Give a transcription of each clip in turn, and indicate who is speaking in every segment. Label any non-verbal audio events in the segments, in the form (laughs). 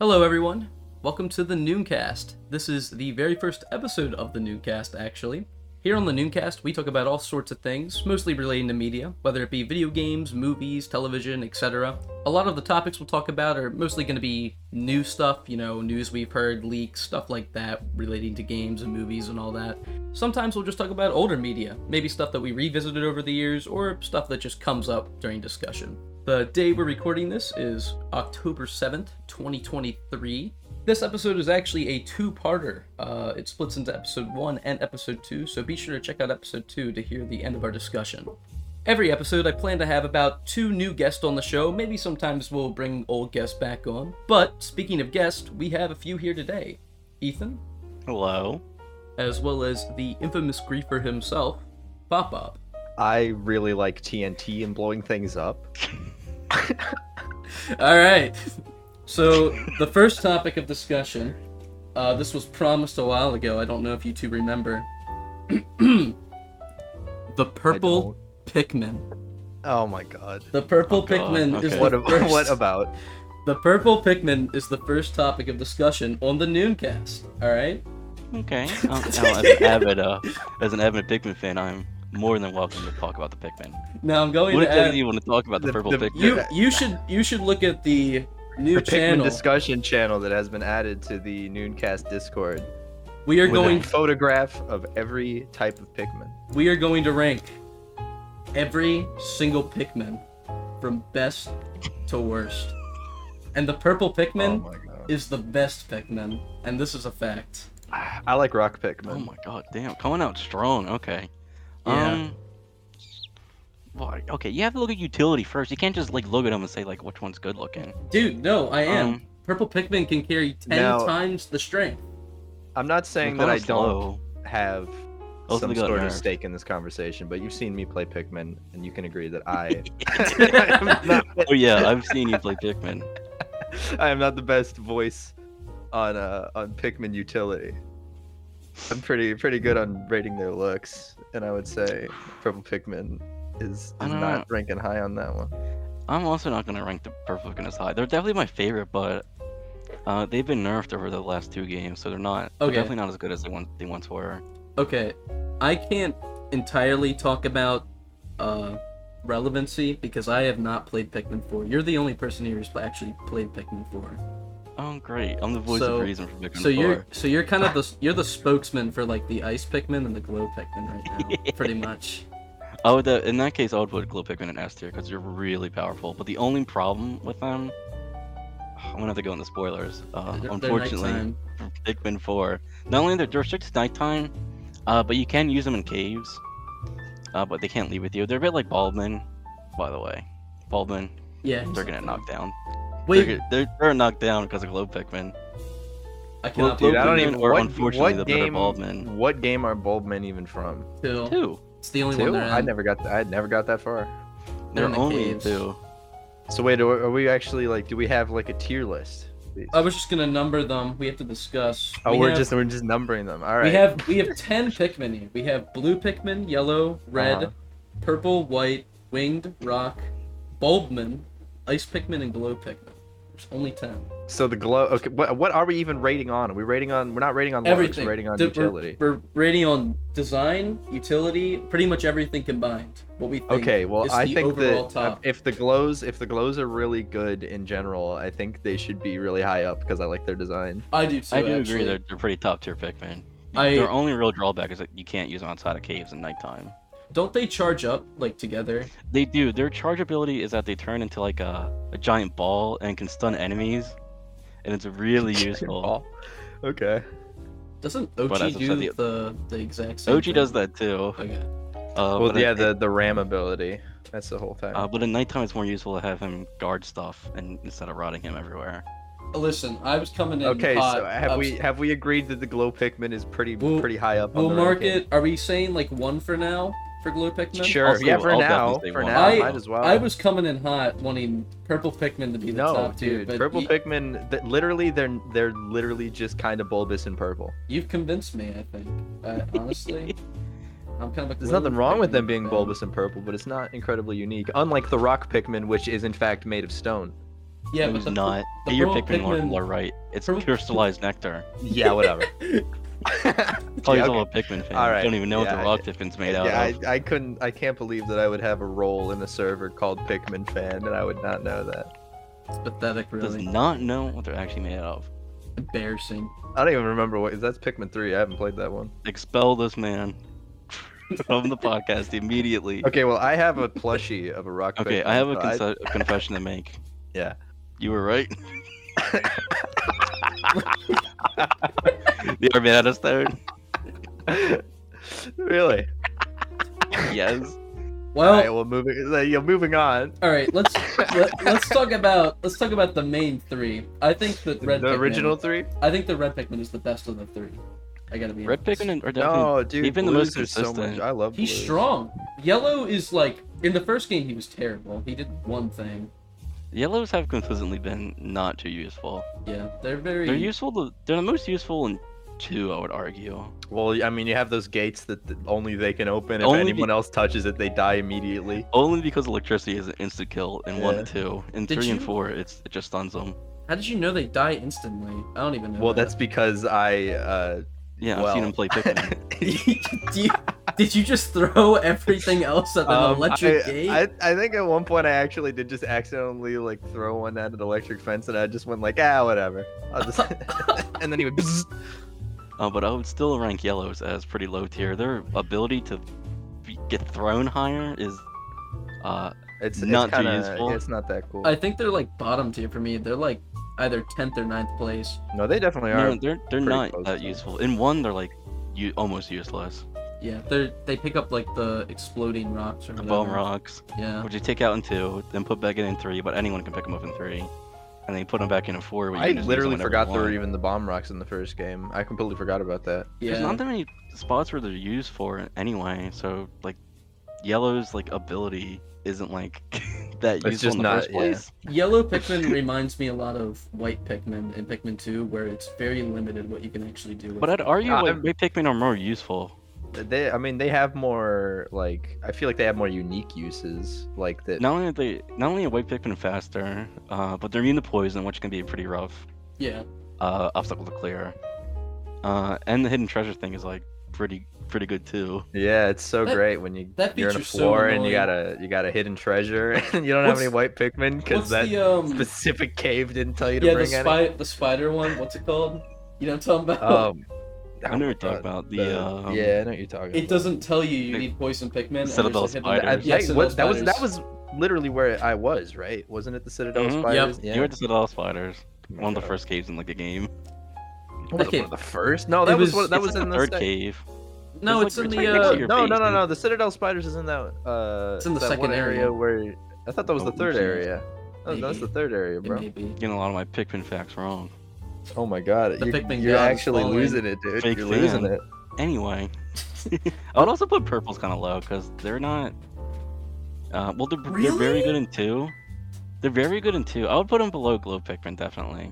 Speaker 1: Hello, everyone. Welcome to the Nooncast. This is the very first episode of the Nooncast, actually. Here on the Nooncast, we talk about all sorts of things, mostly relating to media, whether it be video games, movies, television, etc. A lot of the topics we'll talk about are mostly going to be new stuff, you know, news we've heard, leaks, stuff like that, relating to games and movies and all that. Sometimes we'll just talk about older media, maybe stuff that we revisited over the years, or stuff that just comes up during discussion. The day we're recording this is October 7th, 2023. This episode is actually a two parter. Uh, it splits into episode one and episode two, so be sure to check out episode two to hear the end of our discussion. Every episode, I plan to have about two new guests on the show. Maybe sometimes we'll bring old guests back on. But speaking of guests, we have a few here today Ethan,
Speaker 2: Hello.
Speaker 1: as well as the infamous griefer himself, Pop Pop.
Speaker 3: I really like TNT and blowing things up.
Speaker 1: All right. So the first topic of discussion, uh, this was promised a while ago. I don't know if you two remember. (clears throat) the purple Pikmin.
Speaker 3: Oh my god.
Speaker 1: The purple
Speaker 2: Oh, God,
Speaker 1: Pikmin is
Speaker 2: okay.
Speaker 1: the
Speaker 3: What, ab-
Speaker 1: first.
Speaker 3: what about?
Speaker 1: the purple Pikmin is the first topic of discussion on the Nooncast. All right.
Speaker 2: Okay. Um, now, as an avid, uh, as an avid Pikmin fan, I'm more than welcome to talk about the Pikmin.
Speaker 1: Now I'm going
Speaker 2: What
Speaker 1: to add.
Speaker 2: doesn't you want to talk about the
Speaker 3: uh, the-
Speaker 2: purple
Speaker 3: the-
Speaker 2: Pikmin?
Speaker 1: You you should you should look at the new
Speaker 3: The Pikmin
Speaker 1: channel.
Speaker 3: discussion channel that has been added to the Nooncast Discord.
Speaker 1: we are
Speaker 2: with
Speaker 1: going Oh
Speaker 3: A photograph of every type of Pikmin.
Speaker 1: we are going to rank every single Pikmin from best to worst. And the purple
Speaker 3: oh
Speaker 1: Pikmin
Speaker 3: my god.
Speaker 1: is the best Pikmin, and this is a fact.
Speaker 3: I like rock Pikmin.
Speaker 2: Oh my god, damn! Coming out strong. Okay.
Speaker 1: Yeah.
Speaker 2: Um. Well, okay, you have to look at utility first. You can't just like look at them and say like which one's good looking.
Speaker 1: Dude, no, I am.
Speaker 2: Um,
Speaker 1: purple Pikmin can carry 10
Speaker 3: Now-
Speaker 1: times the strength.
Speaker 3: I'm not saying
Speaker 2: they're
Speaker 3: that I
Speaker 2: kinda
Speaker 3: don't
Speaker 2: slow.
Speaker 3: have
Speaker 2: Those
Speaker 3: some
Speaker 2: things got
Speaker 3: sort of
Speaker 2: nerve.
Speaker 3: stake in this conversation, but you've seen me play Pikmin, and you can agree that I, (laughs) I'm not,
Speaker 2: Oh yeah,
Speaker 3: (laughs)
Speaker 2: I've seen you play Pikmin.
Speaker 3: I am not the best voice on uh, on Pikmin utility. I'm pretty pretty good on rating their looks, and I would say Purple Pikmin is,
Speaker 2: I
Speaker 3: is
Speaker 2: don't know.
Speaker 3: not ranking high on that one.
Speaker 2: I'm also not gonna rank the purple Pikmin as high. They're definitely my favorite, but uh, they've been nerfed over the last two games, so they're not. They're
Speaker 1: Okay.
Speaker 2: definitely not as good as they once they once were.
Speaker 1: Okay, I can't entirely talk about uh, relevancy because I have not played Pikmin 4. You're the only person here who's actually played Pikmin 4.
Speaker 2: Oh great! I'm the voice
Speaker 1: So-
Speaker 2: of reason for Pikmin
Speaker 1: So you're
Speaker 2: four.
Speaker 1: so you're kind of the you're the spokesman for like the ice Pikmin and the glow Pikmin right
Speaker 3: (laughs)
Speaker 1: now, pretty much.
Speaker 2: Oh, the, in that case, I would put Glow Pikmin in S tier because they're really powerful. But the only problem with them, (sighs) I'm gonna have to go into spoilers. Uh,
Speaker 1: They're- they're
Speaker 2: unfortunately,
Speaker 1: nighttime.
Speaker 2: for Pikmin four, not only they're, they're restricted to nighttime, uh, but you can use them in caves. Uh, but they can't leave with you. They're a bit like Baldman, by the way. Baldman,
Speaker 1: yeah,
Speaker 2: they're gonna knock down. They're,
Speaker 1: Wait,
Speaker 2: gonna- they're, they're knocked down because of Glow Pikmin.
Speaker 1: I cannot
Speaker 3: dude,
Speaker 1: believe
Speaker 3: I don't
Speaker 2: Pikmin
Speaker 3: even-
Speaker 2: Or
Speaker 3: what-
Speaker 2: unfortunately,
Speaker 3: what
Speaker 2: the better
Speaker 3: game-
Speaker 2: Baldman.
Speaker 3: What game are Bulbmen even from?
Speaker 1: two.
Speaker 2: Two.
Speaker 1: It's the only one
Speaker 3: Two?
Speaker 1: they're in.
Speaker 3: I never got I never got that far.
Speaker 1: They're
Speaker 2: They're
Speaker 1: in the
Speaker 2: only in
Speaker 1: caves.
Speaker 2: two.
Speaker 3: So wait, are, are we actually like? Do we have like a tier list? Please.
Speaker 1: I was just gonna number them. We have to discuss.
Speaker 3: oh,
Speaker 1: Uh, we
Speaker 3: we are
Speaker 1: have,
Speaker 3: just we're just numbering them. All right.
Speaker 1: we have we have ten Pikmin here. We have blue Pikmin, yellow, red,
Speaker 3: Uh-huh.
Speaker 1: purple, white, winged, rock, bulbman, ice Pikmin, and glow Pikmin. There's only ten.
Speaker 3: So the glow. Okay. What, what are we even rating on? Are we rating on? We're not rating on. looks,
Speaker 1: everything.
Speaker 3: We're rating on
Speaker 1: Di- we're-
Speaker 3: utility.
Speaker 1: We're, rating on design, utility, pretty much everything combined. What we think
Speaker 3: Okay, well,
Speaker 1: is
Speaker 3: I
Speaker 1: the
Speaker 3: think
Speaker 1: overall
Speaker 3: that uh,
Speaker 1: top.
Speaker 3: if the glows, if the glows are really good in general, I think they should be really high up because I like their design.
Speaker 1: I do too.
Speaker 2: I do
Speaker 1: actually.
Speaker 2: agree. They're, they're pretty top tier Pikmin.
Speaker 1: I-
Speaker 2: Their only real drawback is that you can't use them outside of caves in nighttime.
Speaker 1: Don't they charge up like together?
Speaker 2: They do. Their charge ability is that they turn into like a, a giant ball and can stun enemies, and
Speaker 1: (laughs)
Speaker 2: it's really useful.
Speaker 3: Ball. Oh, Okay.
Speaker 1: Doesn't
Speaker 2: But
Speaker 1: OG
Speaker 2: as I
Speaker 1: do
Speaker 2: said,
Speaker 1: the,
Speaker 2: the-
Speaker 1: the exact same?
Speaker 2: OG
Speaker 1: thing?
Speaker 2: does that too.
Speaker 1: Okay.
Speaker 2: Uh,
Speaker 3: well,
Speaker 2: but
Speaker 3: yeah,
Speaker 2: it-
Speaker 3: the the ram ability. That's the whole thing.
Speaker 2: uh, but in nighttime, it's more useful to have him guard stuff and instead of rotting him everywhere.
Speaker 1: Listen, I was coming in.
Speaker 3: okay,
Speaker 1: hot.
Speaker 3: so
Speaker 1: I
Speaker 3: have
Speaker 1: was-
Speaker 3: we have we agreed that the glow Pikmin is pretty
Speaker 1: We'll-
Speaker 3: pretty high up
Speaker 1: We'll
Speaker 3: on the
Speaker 1: mark
Speaker 3: ranking?
Speaker 1: it. Are we saying like one for now for Glow Pikmin?
Speaker 3: Sure.
Speaker 2: Also,
Speaker 3: yeah, for
Speaker 2: I'll
Speaker 3: now,
Speaker 2: definitely
Speaker 3: for
Speaker 2: say
Speaker 3: now,
Speaker 1: one. I-
Speaker 3: might as well.
Speaker 1: I was coming in hot, wanting Purple Pikmin to be the
Speaker 3: no,
Speaker 1: top tier,
Speaker 3: dude.
Speaker 1: but
Speaker 3: purple
Speaker 1: you,
Speaker 3: Pikmin. Th- literally, they're they're literally just kind of bulbous and purple.
Speaker 1: you've convinced me. I think, uh,
Speaker 2: (laughs)
Speaker 1: honestly, I'm kind of. a
Speaker 3: There's
Speaker 1: Glow
Speaker 3: nothing wrong with
Speaker 1: Pikmin
Speaker 3: them being
Speaker 1: fan.
Speaker 3: bulbous and purple, but it's not incredibly unique. Unlike the rock Pikmin, which is in fact made of stone.
Speaker 1: Yeah, but
Speaker 2: Who's
Speaker 1: the,
Speaker 2: not.
Speaker 1: the
Speaker 2: Your
Speaker 1: purple
Speaker 2: Pikmin Lord
Speaker 1: Pikmin-
Speaker 2: will are right. It's
Speaker 1: purple-
Speaker 2: crystallized nectar.
Speaker 1: (laughs)
Speaker 3: Yeah, whatever.
Speaker 2: Probably
Speaker 3: Yeah,
Speaker 2: a little Pikmin fan.
Speaker 3: All
Speaker 2: I
Speaker 3: right.
Speaker 2: don't even know
Speaker 3: Yeah,
Speaker 2: what the rock Pikmin's (laughs) made out
Speaker 3: yeah,
Speaker 2: of.
Speaker 3: I, I couldn't. I can't believe that I would have a role in a server called Pikmin fan, and I would not know that.
Speaker 1: It's pathetic,
Speaker 2: Does
Speaker 1: really.
Speaker 2: not know what they're actually made out of.
Speaker 1: Embarrassing.
Speaker 3: I don't even remember what. That's Pikmin three. I haven't played that one.
Speaker 2: Expel this man (laughs) from the podcast immediately.
Speaker 3: Okay, well, I have a plushie of a rock.
Speaker 2: Okay,
Speaker 3: Pikmin,
Speaker 2: I have a,
Speaker 3: so
Speaker 2: conse- a confession to make.
Speaker 3: Yeah.
Speaker 2: You were
Speaker 3: (laughs)
Speaker 2: right. the Armadas third.
Speaker 3: (laughs) really?
Speaker 2: Yes.
Speaker 3: All
Speaker 1: Well,
Speaker 3: right. Well, moving. uh, Yeah, moving on.
Speaker 1: all right.
Speaker 3: (laughs)
Speaker 1: Let's let, let's talk about let's talk about the main three. I think that
Speaker 3: The
Speaker 1: red Pikmin-
Speaker 3: original three.
Speaker 1: I think the red Pikmin is the best of the three. I gotta be
Speaker 2: Red
Speaker 1: honest.
Speaker 2: Pikmin are definitely.
Speaker 3: No, dude.
Speaker 2: even the
Speaker 3: blues
Speaker 2: most
Speaker 3: are so much-
Speaker 2: consistent.
Speaker 3: I love.
Speaker 1: He's
Speaker 3: blues.
Speaker 1: strong. Yellow is like in the first game he was terrible. He did one thing.
Speaker 2: Yellows have consistently been not too useful.
Speaker 1: Yeah, they're very.
Speaker 2: They're useful. To, they're the most useful in two, I would argue.
Speaker 3: Well, I mean, you have those gates that th- only they can open. If
Speaker 2: Only
Speaker 3: anyone
Speaker 2: be-
Speaker 3: else touches it, they die immediately.
Speaker 2: Only because electricity is an instant kill in one and two. In
Speaker 1: Did
Speaker 2: three and
Speaker 1: you-
Speaker 2: four, it's it just stuns them.
Speaker 1: How did you know they die instantly? I don't even know.
Speaker 3: Well,
Speaker 1: that.
Speaker 3: that's because I. Uh,
Speaker 2: Yeah, I've seen
Speaker 3: Well.
Speaker 2: him play
Speaker 3: (laughs)
Speaker 2: Pikmin.
Speaker 1: Do you- (laughs) did you just throw everything else at an
Speaker 3: um,
Speaker 1: electric
Speaker 3: I,
Speaker 1: gate?
Speaker 3: I, I think at one point I actually did just accidentally like throw one at an electric fence, and I just went like, ah, whatever.
Speaker 2: (laughs)
Speaker 3: I'll just... (laughs) and then he would. Bzzz.
Speaker 2: uh, but I would still rank yellows as pretty low tier. Their ability to be- get thrown higher is. Uh,
Speaker 3: It's
Speaker 2: Not
Speaker 3: it's
Speaker 2: too
Speaker 3: kinda,
Speaker 2: useful.
Speaker 3: It's not that cool.
Speaker 1: I think they're like bottom tier for me. They're like either 10th or 9th place.
Speaker 3: No, they definitely are.
Speaker 2: no, they're they're
Speaker 3: pretty
Speaker 2: not
Speaker 3: close
Speaker 2: that
Speaker 3: to-
Speaker 2: useful. In one, they're like, you almost useless.
Speaker 1: Yeah, they they pick up like the exploding rocks or
Speaker 2: The
Speaker 1: whatever.
Speaker 2: bomb rocks,
Speaker 1: Yeah.
Speaker 2: which you take out in two, then put back in in three, but anyone can pick them up in three, and then put them back in in four. where you
Speaker 3: I
Speaker 2: can just use 'em
Speaker 3: literally
Speaker 2: whenever you
Speaker 3: forgot there
Speaker 2: want.
Speaker 3: were even the bomb rocks in the first game. I completely forgot about that.
Speaker 2: There's
Speaker 1: Yeah.
Speaker 2: not that many spots where they're used for anyway, so like yellow's like ability isn't like (laughs) that
Speaker 3: It's
Speaker 2: useful
Speaker 3: just
Speaker 2: in the
Speaker 3: not-
Speaker 2: first
Speaker 3: yeah.
Speaker 2: place. (laughs)
Speaker 1: Yellow Pikmin reminds me a lot of white Pikmin in Pikmin 2, where it's very limited what you can actually do. With
Speaker 2: But I'd
Speaker 1: it.
Speaker 2: argue
Speaker 3: Yeah,
Speaker 2: like
Speaker 3: I'm-
Speaker 2: white Pikmin are more useful.
Speaker 3: They, I mean, they have more like. I feel like they have more unique uses. Like that.
Speaker 2: Not only are they not only are white Pikmin faster, uh, but they're immune to poison, which can be pretty rough
Speaker 1: Yeah.
Speaker 2: uh, obstacle to clear. Uh, and the hidden treasure thing is like pretty pretty good too.
Speaker 3: Yeah, it's so
Speaker 1: That-
Speaker 3: great when you
Speaker 1: that
Speaker 3: you're in a
Speaker 1: feature's so
Speaker 3: floor and
Speaker 1: annoying.
Speaker 3: you got a you got a hidden treasure (laughs) and you don't have any white Pikmin because
Speaker 1: What's
Speaker 3: that
Speaker 1: the um?
Speaker 3: specific cave didn't tell you to
Speaker 1: Yeah, the
Speaker 3: bring (laughs) any.
Speaker 1: spy the spider one. What's it called? You know what I'm talking about?
Speaker 3: Um,
Speaker 2: I know what you're talking about the, um,
Speaker 3: yeah, I know what you're
Speaker 1: (laughs)
Speaker 3: talking.
Speaker 1: it doesn't tell you you
Speaker 2: the-
Speaker 1: need poison Pikmin. and
Speaker 2: Citadel
Speaker 1: there's a hidden-
Speaker 2: spiders.
Speaker 3: about. I,
Speaker 1: yeah,
Speaker 3: that,
Speaker 1: Citadel
Speaker 3: what, that was that
Speaker 1: spiders.
Speaker 3: was literally where I was, right? Wasn't it the Citadel
Speaker 2: Mhm.
Speaker 3: Spiders?
Speaker 2: You were just at all spiders. One of the first caves in like the game.
Speaker 3: Was it
Speaker 1: Okay.
Speaker 3: one of the first? No,
Speaker 1: It
Speaker 3: that was,
Speaker 1: was-
Speaker 3: what- that
Speaker 2: It's
Speaker 3: was
Speaker 2: like
Speaker 3: in
Speaker 2: the
Speaker 3: the
Speaker 2: third
Speaker 3: sec-
Speaker 2: cave.
Speaker 1: No,
Speaker 2: It's
Speaker 1: it's,
Speaker 2: like
Speaker 1: in
Speaker 2: right
Speaker 1: the.
Speaker 2: next
Speaker 1: Uh,
Speaker 2: to your
Speaker 3: no, no, no,
Speaker 2: basement.
Speaker 3: no. The Citadel Spiders is in that. Uh,
Speaker 1: It's in the
Speaker 3: that
Speaker 1: second
Speaker 3: one
Speaker 1: area.
Speaker 3: area where I thought that was the
Speaker 2: Oh,
Speaker 3: third
Speaker 2: shit.
Speaker 3: area. No, that's the
Speaker 1: Maybe.
Speaker 3: third area,
Speaker 1: it
Speaker 3: bro.
Speaker 1: may be.
Speaker 2: Getting a lot of my Pikmin facts wrong.
Speaker 3: Oh my god,
Speaker 1: The
Speaker 3: you,
Speaker 1: Pikmin
Speaker 3: you're
Speaker 1: god is
Speaker 3: actually
Speaker 1: falling.
Speaker 3: losing it, dude.
Speaker 2: Fake
Speaker 3: you're losing
Speaker 2: fan.
Speaker 3: it.
Speaker 2: (laughs) Anyway, I would also put purples kind of low because they're not. Uh, well, they're, they're very good in two. They're very good in two. I would put them below Glow Pikmin definitely.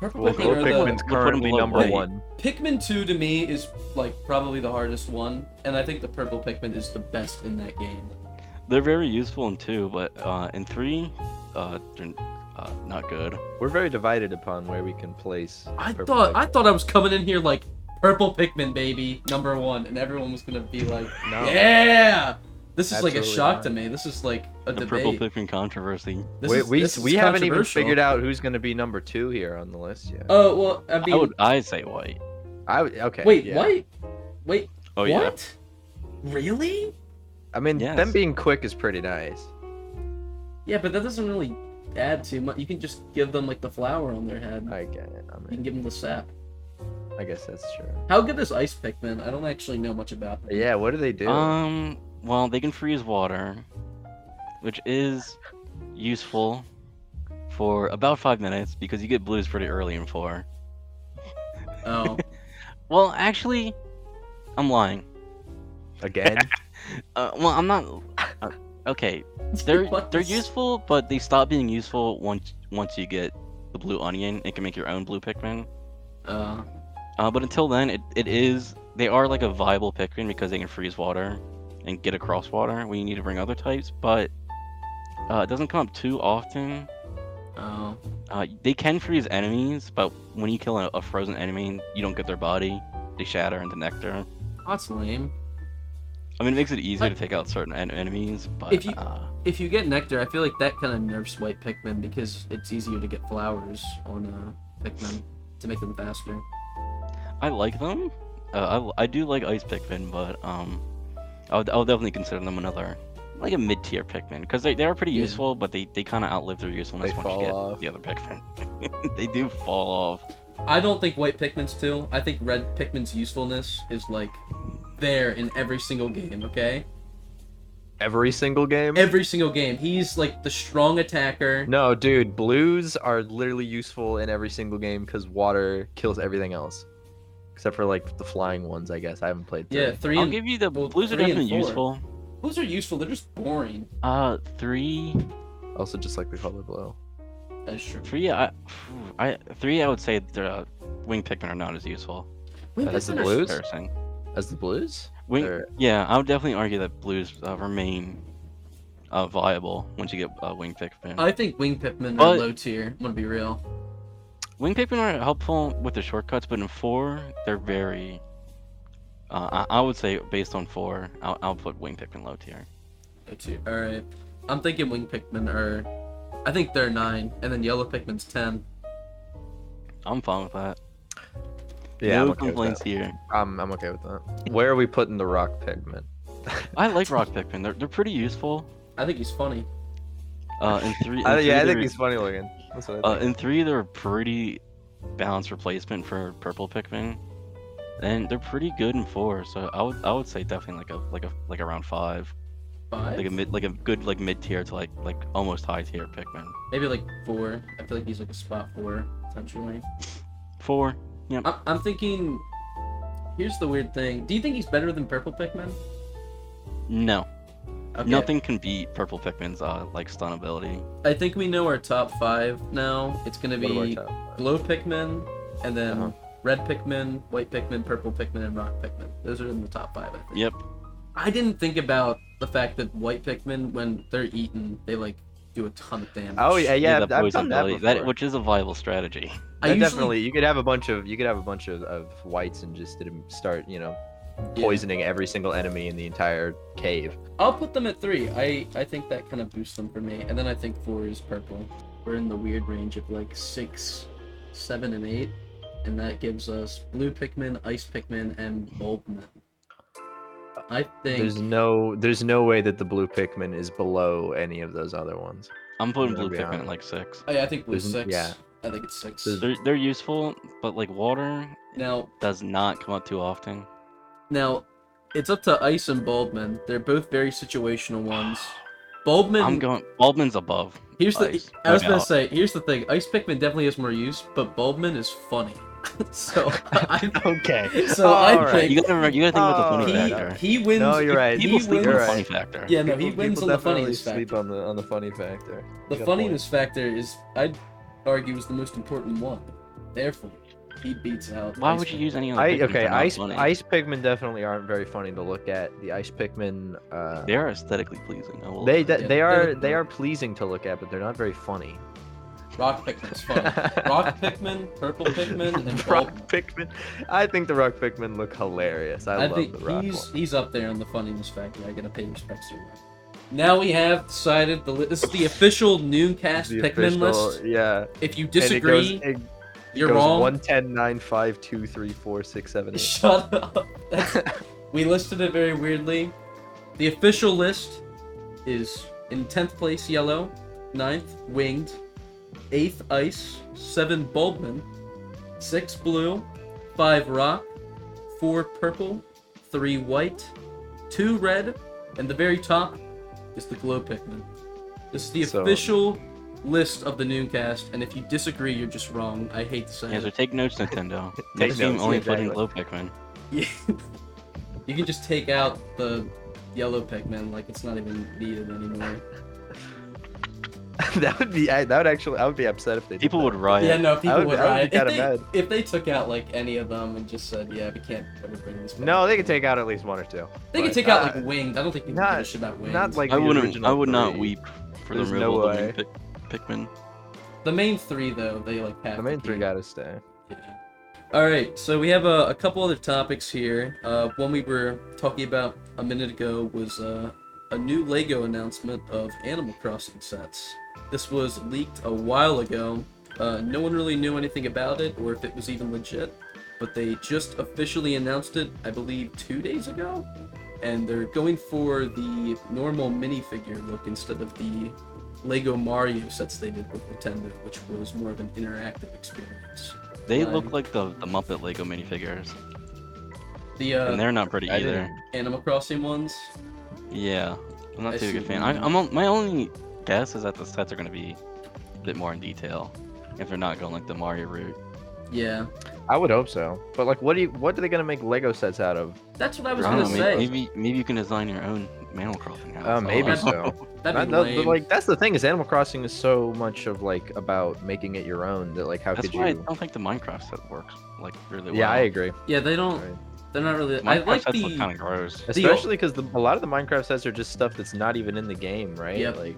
Speaker 1: Purple
Speaker 3: Well,
Speaker 1: Pikmin,
Speaker 3: Glow
Speaker 1: are
Speaker 3: Pikmin's
Speaker 2: We'll put 'em
Speaker 3: currently
Speaker 2: below
Speaker 3: number
Speaker 1: white.
Speaker 3: one.
Speaker 1: the Pikmin two to me is like probably the hardest one, and I think the purple Pikmin is the best in that game.
Speaker 2: They're very useful in two, but uh, in three, uh, they're uh, not good.
Speaker 3: We're very divided upon where we can place.
Speaker 1: I
Speaker 3: Purple
Speaker 1: thought
Speaker 3: Pikmin.
Speaker 1: I thought I was coming in here like purple Pikmin baby number one, and everyone was gonna be
Speaker 3: (laughs)
Speaker 1: like,
Speaker 3: No.
Speaker 1: yeah. This is like a
Speaker 3: Absolutely
Speaker 1: shock
Speaker 3: not.
Speaker 1: to me. This is like a
Speaker 2: The purple
Speaker 1: debate.
Speaker 2: Pikmin controversy.
Speaker 1: This
Speaker 3: we
Speaker 1: is-
Speaker 3: we,
Speaker 1: this is
Speaker 3: we haven't even
Speaker 1: controversial.
Speaker 3: figured out who's going to be number two here on the list yet.
Speaker 1: Oh well, I mean,
Speaker 2: I would I say white.
Speaker 3: I would- okay.
Speaker 1: wait,
Speaker 3: yeah.
Speaker 1: what? Wait,
Speaker 2: Oh
Speaker 1: what?
Speaker 2: yeah.
Speaker 1: Really?
Speaker 3: I mean,
Speaker 2: Yes.
Speaker 3: them being quick is pretty nice.
Speaker 1: Yeah, but that doesn't really add too much. You can just give them like the flower on their head.
Speaker 3: I get it. I
Speaker 1: You can
Speaker 3: mean,
Speaker 1: give them the sap.
Speaker 3: I guess that's true.
Speaker 1: How good is Ice Pikmin? I don't actually know much about them.
Speaker 3: Yeah, what do they do?
Speaker 2: Um. Well, they can freeze water, which is useful for about five minutes because you get blues pretty early in four.
Speaker 3: (laughs)
Speaker 1: Oh,
Speaker 2: Well, actually, I'm lying.
Speaker 3: (laughs) Again?
Speaker 2: Uh, well, I'm not. uh, okay,
Speaker 1: (laughs)
Speaker 2: they're
Speaker 1: What
Speaker 2: they're
Speaker 1: is-
Speaker 2: useful, but they stop being useful once once you get the blue onion and can make your own blue Pikmin.
Speaker 1: uh,
Speaker 2: Uh, but until then, it, it is they are like a viable Pikmin because they can freeze water and get across water when you need to bring other types. But uh, it doesn't come up too often.
Speaker 1: Oh.
Speaker 2: Uh, they can freeze enemies, but when you kill a, a frozen enemy, you don't get their body. They shatter into nectar.
Speaker 1: That's lame.
Speaker 2: I mean, it makes it easier
Speaker 1: Like-
Speaker 2: to take out certain en- enemies, but
Speaker 1: If you-
Speaker 2: uh,
Speaker 1: If you get nectar, I feel like that kind of nerfs white Pikmin because it's easier to get flowers on uh, Pikmin to make them faster.
Speaker 2: I like them. Uh, I, I do like ice Pikmin, but um, I would, I would definitely consider them another like a mid tier Pikmin because they, they are pretty
Speaker 1: Yeah.
Speaker 2: useful, but they, they kind of outlive their usefulness
Speaker 3: They
Speaker 2: once you
Speaker 3: fall
Speaker 2: get
Speaker 3: off.
Speaker 2: the other Pikmin. (laughs) they do fall off.
Speaker 1: I don't think white Pikmin's too. I think red Pikmin's usefulness is like there in every single game, okay?
Speaker 3: Every single game.
Speaker 1: Every single game. He's like the strong attacker.
Speaker 3: no, dude, blues are literally useful in every single game because water kills everything else, except for like the flying ones. I guess I haven't played.
Speaker 1: Yeah,
Speaker 3: three.
Speaker 1: three
Speaker 2: I'll
Speaker 1: and
Speaker 2: give you the
Speaker 1: well,
Speaker 2: blues are
Speaker 1: three and
Speaker 2: definitely
Speaker 1: four.
Speaker 2: useful.
Speaker 1: those are useful, they're just boring.
Speaker 2: Uh, three,
Speaker 3: Also, just like the color blow.
Speaker 1: That's true.
Speaker 2: three. I, (sighs) I three. I would say the wing Pikmin are not as useful.
Speaker 1: Wait, Pikmin
Speaker 3: That's the
Speaker 1: are-
Speaker 3: blue? Blues?
Speaker 2: Embarrassing.
Speaker 3: As the blues?
Speaker 2: Wing,
Speaker 3: Or-
Speaker 2: yeah, I would definitely argue that blues uh, remain uh, viable once you get uh, wing Pikmin.
Speaker 1: I think wing Pikmin are
Speaker 2: But-
Speaker 1: low tier, I'm gonna be real.
Speaker 2: Wing Pikmin are helpful with the shortcuts, but in four, they're very. Uh, I, I would say based on four, I'll, I'll put Wing Pikmin low tier.
Speaker 1: Low tier. Alright. I'm thinking wing Pikmin are I think they're nine, and then yellow Pikmin's ten.
Speaker 2: I'm fine with that.
Speaker 3: Yeah, I'm
Speaker 2: no
Speaker 3: okay, with
Speaker 2: complaints
Speaker 3: that.
Speaker 2: here.
Speaker 3: I'm, I'm okay with that. Where are we putting the rock pigment?
Speaker 2: I like Rock Pikmin. They're, they're pretty useful.
Speaker 1: I think he's funny.
Speaker 2: Uh,
Speaker 3: (laughs)
Speaker 2: in three, in
Speaker 3: I,
Speaker 2: three
Speaker 3: yeah, I
Speaker 2: they're-
Speaker 3: think he's funny looking. That's what I
Speaker 2: uh,
Speaker 3: think.
Speaker 2: in three they're a pretty balanced replacement for purple Pikmin, and they're pretty good in four. So I would I would say definitely like a like a like around five,
Speaker 1: Five.
Speaker 2: like a mid like a good like mid tier to like like almost high tier Pikmin.
Speaker 1: Maybe like four. I feel like he's like a spot four, essentially.
Speaker 2: Four,
Speaker 1: I'm, I'm thinking. Here's the weird thing. Do you think he's better than purple Pikmin?
Speaker 2: no.
Speaker 1: Okay.
Speaker 2: Nothing can beat Purple Pikmin's uh, like stun ability.
Speaker 1: I think we know our top five now. It's gonna
Speaker 3: What
Speaker 1: be
Speaker 3: about that?
Speaker 1: blue Pikmin, and then
Speaker 3: Uh-huh.
Speaker 1: red Pikmin, white Pikmin, purple Pikmin, and rock Pikmin. Those are in the top five. I think.
Speaker 2: Yep.
Speaker 1: I didn't think about the fact that white Pikmin, when they're eaten, they like do a ton of damage.
Speaker 3: Oh yeah, yeah.
Speaker 2: the
Speaker 3: I've, I've done that, before.
Speaker 2: which is a viable strategy.
Speaker 1: I
Speaker 3: That
Speaker 1: usually-
Speaker 3: definitely. You could have a bunch of you could have a bunch of, of whites and just did 'em start you know
Speaker 1: yeah.
Speaker 3: poisoning every single enemy in the entire cave.
Speaker 1: I'll put them at three. I I think that kind of boosts them for me. And then I think four is purple. We're in the weird range of like six, seven, and eight, and that gives us blue Pikmin, ice Pikmin, and Bulbman. I think
Speaker 3: There's no there's no way that the blue Pikmin is below any of those other ones.
Speaker 2: I'm putting
Speaker 3: Yeah,
Speaker 2: Blue
Speaker 3: we
Speaker 2: Pikmin
Speaker 3: are.
Speaker 2: at like six.
Speaker 1: Oh, yeah, I think blue
Speaker 3: there's n-
Speaker 1: six.
Speaker 3: yeah.
Speaker 1: I think it's six.
Speaker 3: There's-
Speaker 2: They're, they're useful, but like water
Speaker 1: Now
Speaker 2: does not come up too often.
Speaker 1: now, it's up to ice and Bulbman. They're both very situational ones. Bulbman.
Speaker 2: I'm going. Baldman's above.
Speaker 1: here's the.
Speaker 2: ice,
Speaker 1: I was
Speaker 2: no
Speaker 1: gonna
Speaker 2: doubt.
Speaker 1: say. Here's the thing. Ice Pikmin definitely has more use, but Bulbman is funny. (laughs) so I
Speaker 2: (laughs)
Speaker 3: Okay.
Speaker 1: So I
Speaker 3: All right.
Speaker 1: think
Speaker 2: You gotta remember. You gotta think about the
Speaker 3: Oh,
Speaker 2: funny
Speaker 1: he,
Speaker 2: factor.
Speaker 1: he wins.
Speaker 3: No, you're right.
Speaker 1: He
Speaker 2: People
Speaker 1: wins.
Speaker 2: sleep on the
Speaker 3: You're
Speaker 2: funny
Speaker 3: right.
Speaker 2: factor.
Speaker 1: Yeah, no, he wins on the funniest
Speaker 3: sleep
Speaker 1: factor.
Speaker 3: on the on the funny factor.
Speaker 1: The funniness factor is, I'd argue, is the most important one. Therefore, he beats out.
Speaker 2: Why
Speaker 1: Ice
Speaker 2: would you
Speaker 1: Man.
Speaker 2: use any other?
Speaker 3: I
Speaker 2: Pikmin if
Speaker 3: okay.
Speaker 2: they're not
Speaker 3: Ice
Speaker 2: funny?
Speaker 3: ice Pikmin definitely aren't very funny to look at. The ice Pikmin. Uh,
Speaker 2: They are aesthetically pleasing. I will
Speaker 3: they
Speaker 2: admit.
Speaker 3: they,
Speaker 1: Yeah,
Speaker 3: they
Speaker 1: they
Speaker 3: are
Speaker 1: look
Speaker 3: they
Speaker 1: good.
Speaker 3: are pleasing to look at, but they're not very funny.
Speaker 1: Rock Pikmin's
Speaker 3: (laughs)
Speaker 1: funny.
Speaker 2: (laughs)
Speaker 1: Rock Pikmin, Purple Pikmin, and
Speaker 3: rock
Speaker 1: Bulbman.
Speaker 3: Pikmin. I think the Rock Pikmin look hilarious. I,
Speaker 1: I,
Speaker 3: love
Speaker 1: think
Speaker 3: the Rock
Speaker 1: he's
Speaker 3: one.
Speaker 1: he's up there on the funniness factor. I gotta pay respects to him. Now we have decided the li- this is the official Nooncast
Speaker 3: The
Speaker 1: Pikmin
Speaker 3: official-
Speaker 1: list.
Speaker 3: Yeah.
Speaker 1: If you
Speaker 3: And it goes-
Speaker 1: disagree,
Speaker 3: it
Speaker 1: you're
Speaker 3: goes
Speaker 1: wrong.
Speaker 3: 110, 9, 5, 2, 3, 4, 6, 7,
Speaker 1: (laughs)
Speaker 3: 8.
Speaker 1: Shut up. (laughs) we listed it very weirdly. The official list is in 10th place yellow, 9th winged, 8th ice, 7 bulbman, 6 blue, 5 rock, 4 purple, 3 white, 2 red, and the very top is the glow pikmin. This is the
Speaker 3: So-
Speaker 1: official list of the Nooncast, and if you disagree, you're just wrong. I hate to say
Speaker 2: Yeah,
Speaker 1: it.
Speaker 2: so take notes, Nintendo.
Speaker 3: (laughs)
Speaker 2: Next game
Speaker 3: notes,
Speaker 2: only
Speaker 3: yeah,
Speaker 2: put in
Speaker 3: exactly.
Speaker 2: Glow Pikmin.
Speaker 1: Yeah. you can just take out the yellow Pikmin, like it's not even needed anymore.
Speaker 3: (laughs) that would be. I, that would actually. I would be upset if they. did
Speaker 2: People
Speaker 3: that.
Speaker 2: would riot.
Speaker 1: yeah, no,
Speaker 3: Oh, I
Speaker 1: people
Speaker 3: would-
Speaker 1: would,
Speaker 3: I would
Speaker 1: riot.
Speaker 3: be
Speaker 1: If
Speaker 3: kinda
Speaker 1: they,
Speaker 3: mad.
Speaker 1: if they took out like any of them and just said, yeah, we can't ever bring this. back,"
Speaker 3: No, they could take out at least one or two. uh,
Speaker 1: They could
Speaker 3: but
Speaker 1: take out like
Speaker 3: not-
Speaker 1: winged. I don't think people give a
Speaker 3: not-
Speaker 1: shit about winged.
Speaker 3: Not like
Speaker 2: I
Speaker 3: the
Speaker 2: wouldn't.
Speaker 3: original
Speaker 2: I would not
Speaker 3: three.
Speaker 2: weep for
Speaker 3: There's
Speaker 2: the
Speaker 3: no
Speaker 2: removal of the Pik- Pikmin.
Speaker 1: The main three though, they like have
Speaker 3: The
Speaker 1: to
Speaker 3: main three
Speaker 1: be-
Speaker 3: gotta stay.
Speaker 1: Yeah. All right, so we have a, a couple other topics here. Uh, one we were talking about a minute ago was uh, a new Lego announcement of Animal Crossing sets. This was leaked a while ago. Uh, no one really knew anything about it or if it was even legit, but they just officially announced it, I believe, two days ago. And they're going for the normal minifigure look instead of the Lego Mario sets they did with Nintendo, which was more of an interactive experience.
Speaker 2: They
Speaker 1: Right.
Speaker 2: look like the, the Muppet Lego minifigures,
Speaker 1: The
Speaker 2: and
Speaker 1: uh,
Speaker 2: they're not pretty
Speaker 3: I
Speaker 2: either.
Speaker 1: Animal Crossing ones.
Speaker 2: Yeah, I'm not
Speaker 1: I
Speaker 2: too big a
Speaker 1: see.
Speaker 2: fan. I, I'm on, my only guess is that the sets are gonna be a bit more in detail if they're not going like the Mario route.
Speaker 1: Yeah,
Speaker 3: I would hope so. But like, what do you? What are they gonna make Lego sets out of?
Speaker 1: that's what I
Speaker 2: I
Speaker 1: was
Speaker 2: don't
Speaker 1: gonna
Speaker 2: know, may-
Speaker 1: say.
Speaker 2: Maybe maybe you can design your own Animal Crossing house. I
Speaker 3: Uh,
Speaker 2: don't
Speaker 3: maybe
Speaker 2: know.
Speaker 3: so.
Speaker 1: That'd be
Speaker 3: Not-
Speaker 1: lame.
Speaker 3: no, but, like that's the thing is Animal Crossing is so much of like about making it your own that like how
Speaker 2: That's
Speaker 3: could
Speaker 2: why I
Speaker 3: you?
Speaker 2: don't think the Minecraft set works like really well.
Speaker 3: Yeah, I agree.
Speaker 1: yeah, they don't.
Speaker 3: Right.
Speaker 1: They're not really. I
Speaker 2: Minecraft
Speaker 1: like
Speaker 2: sets look kind
Speaker 1: the.
Speaker 2: of gross.
Speaker 1: The-
Speaker 3: Especially because a lot of the Minecraft sets are just stuff that's not even in the game, right?
Speaker 1: Yep.
Speaker 3: Like,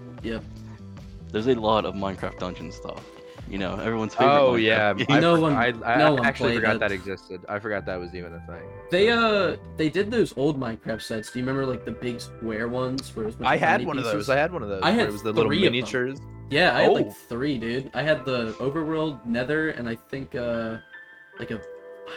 Speaker 2: There's a lot of Minecraft dungeon stuff. You know, everyone's favorite.
Speaker 3: oh
Speaker 2: Minecraft
Speaker 3: (laughs) yeah,
Speaker 2: game.
Speaker 3: I,
Speaker 1: No
Speaker 3: for-
Speaker 1: one-
Speaker 3: I, I
Speaker 1: no one
Speaker 3: actually
Speaker 1: played
Speaker 3: forgot
Speaker 1: it.
Speaker 3: that existed. I forgot that was even a thing.
Speaker 1: They uh, they did those old Minecraft sets. Do you remember like the big square ones where it was a bunch
Speaker 3: I
Speaker 1: of
Speaker 3: had
Speaker 1: tiny
Speaker 3: one of
Speaker 1: pieces?
Speaker 3: those. I had one of those.
Speaker 1: I
Speaker 3: where
Speaker 1: had
Speaker 3: it was the little
Speaker 1: three of them.
Speaker 3: miniatures.
Speaker 1: Yeah, I had
Speaker 3: Oh.
Speaker 1: like three, dude. I had the Overworld, Nether, and I think uh, like a, I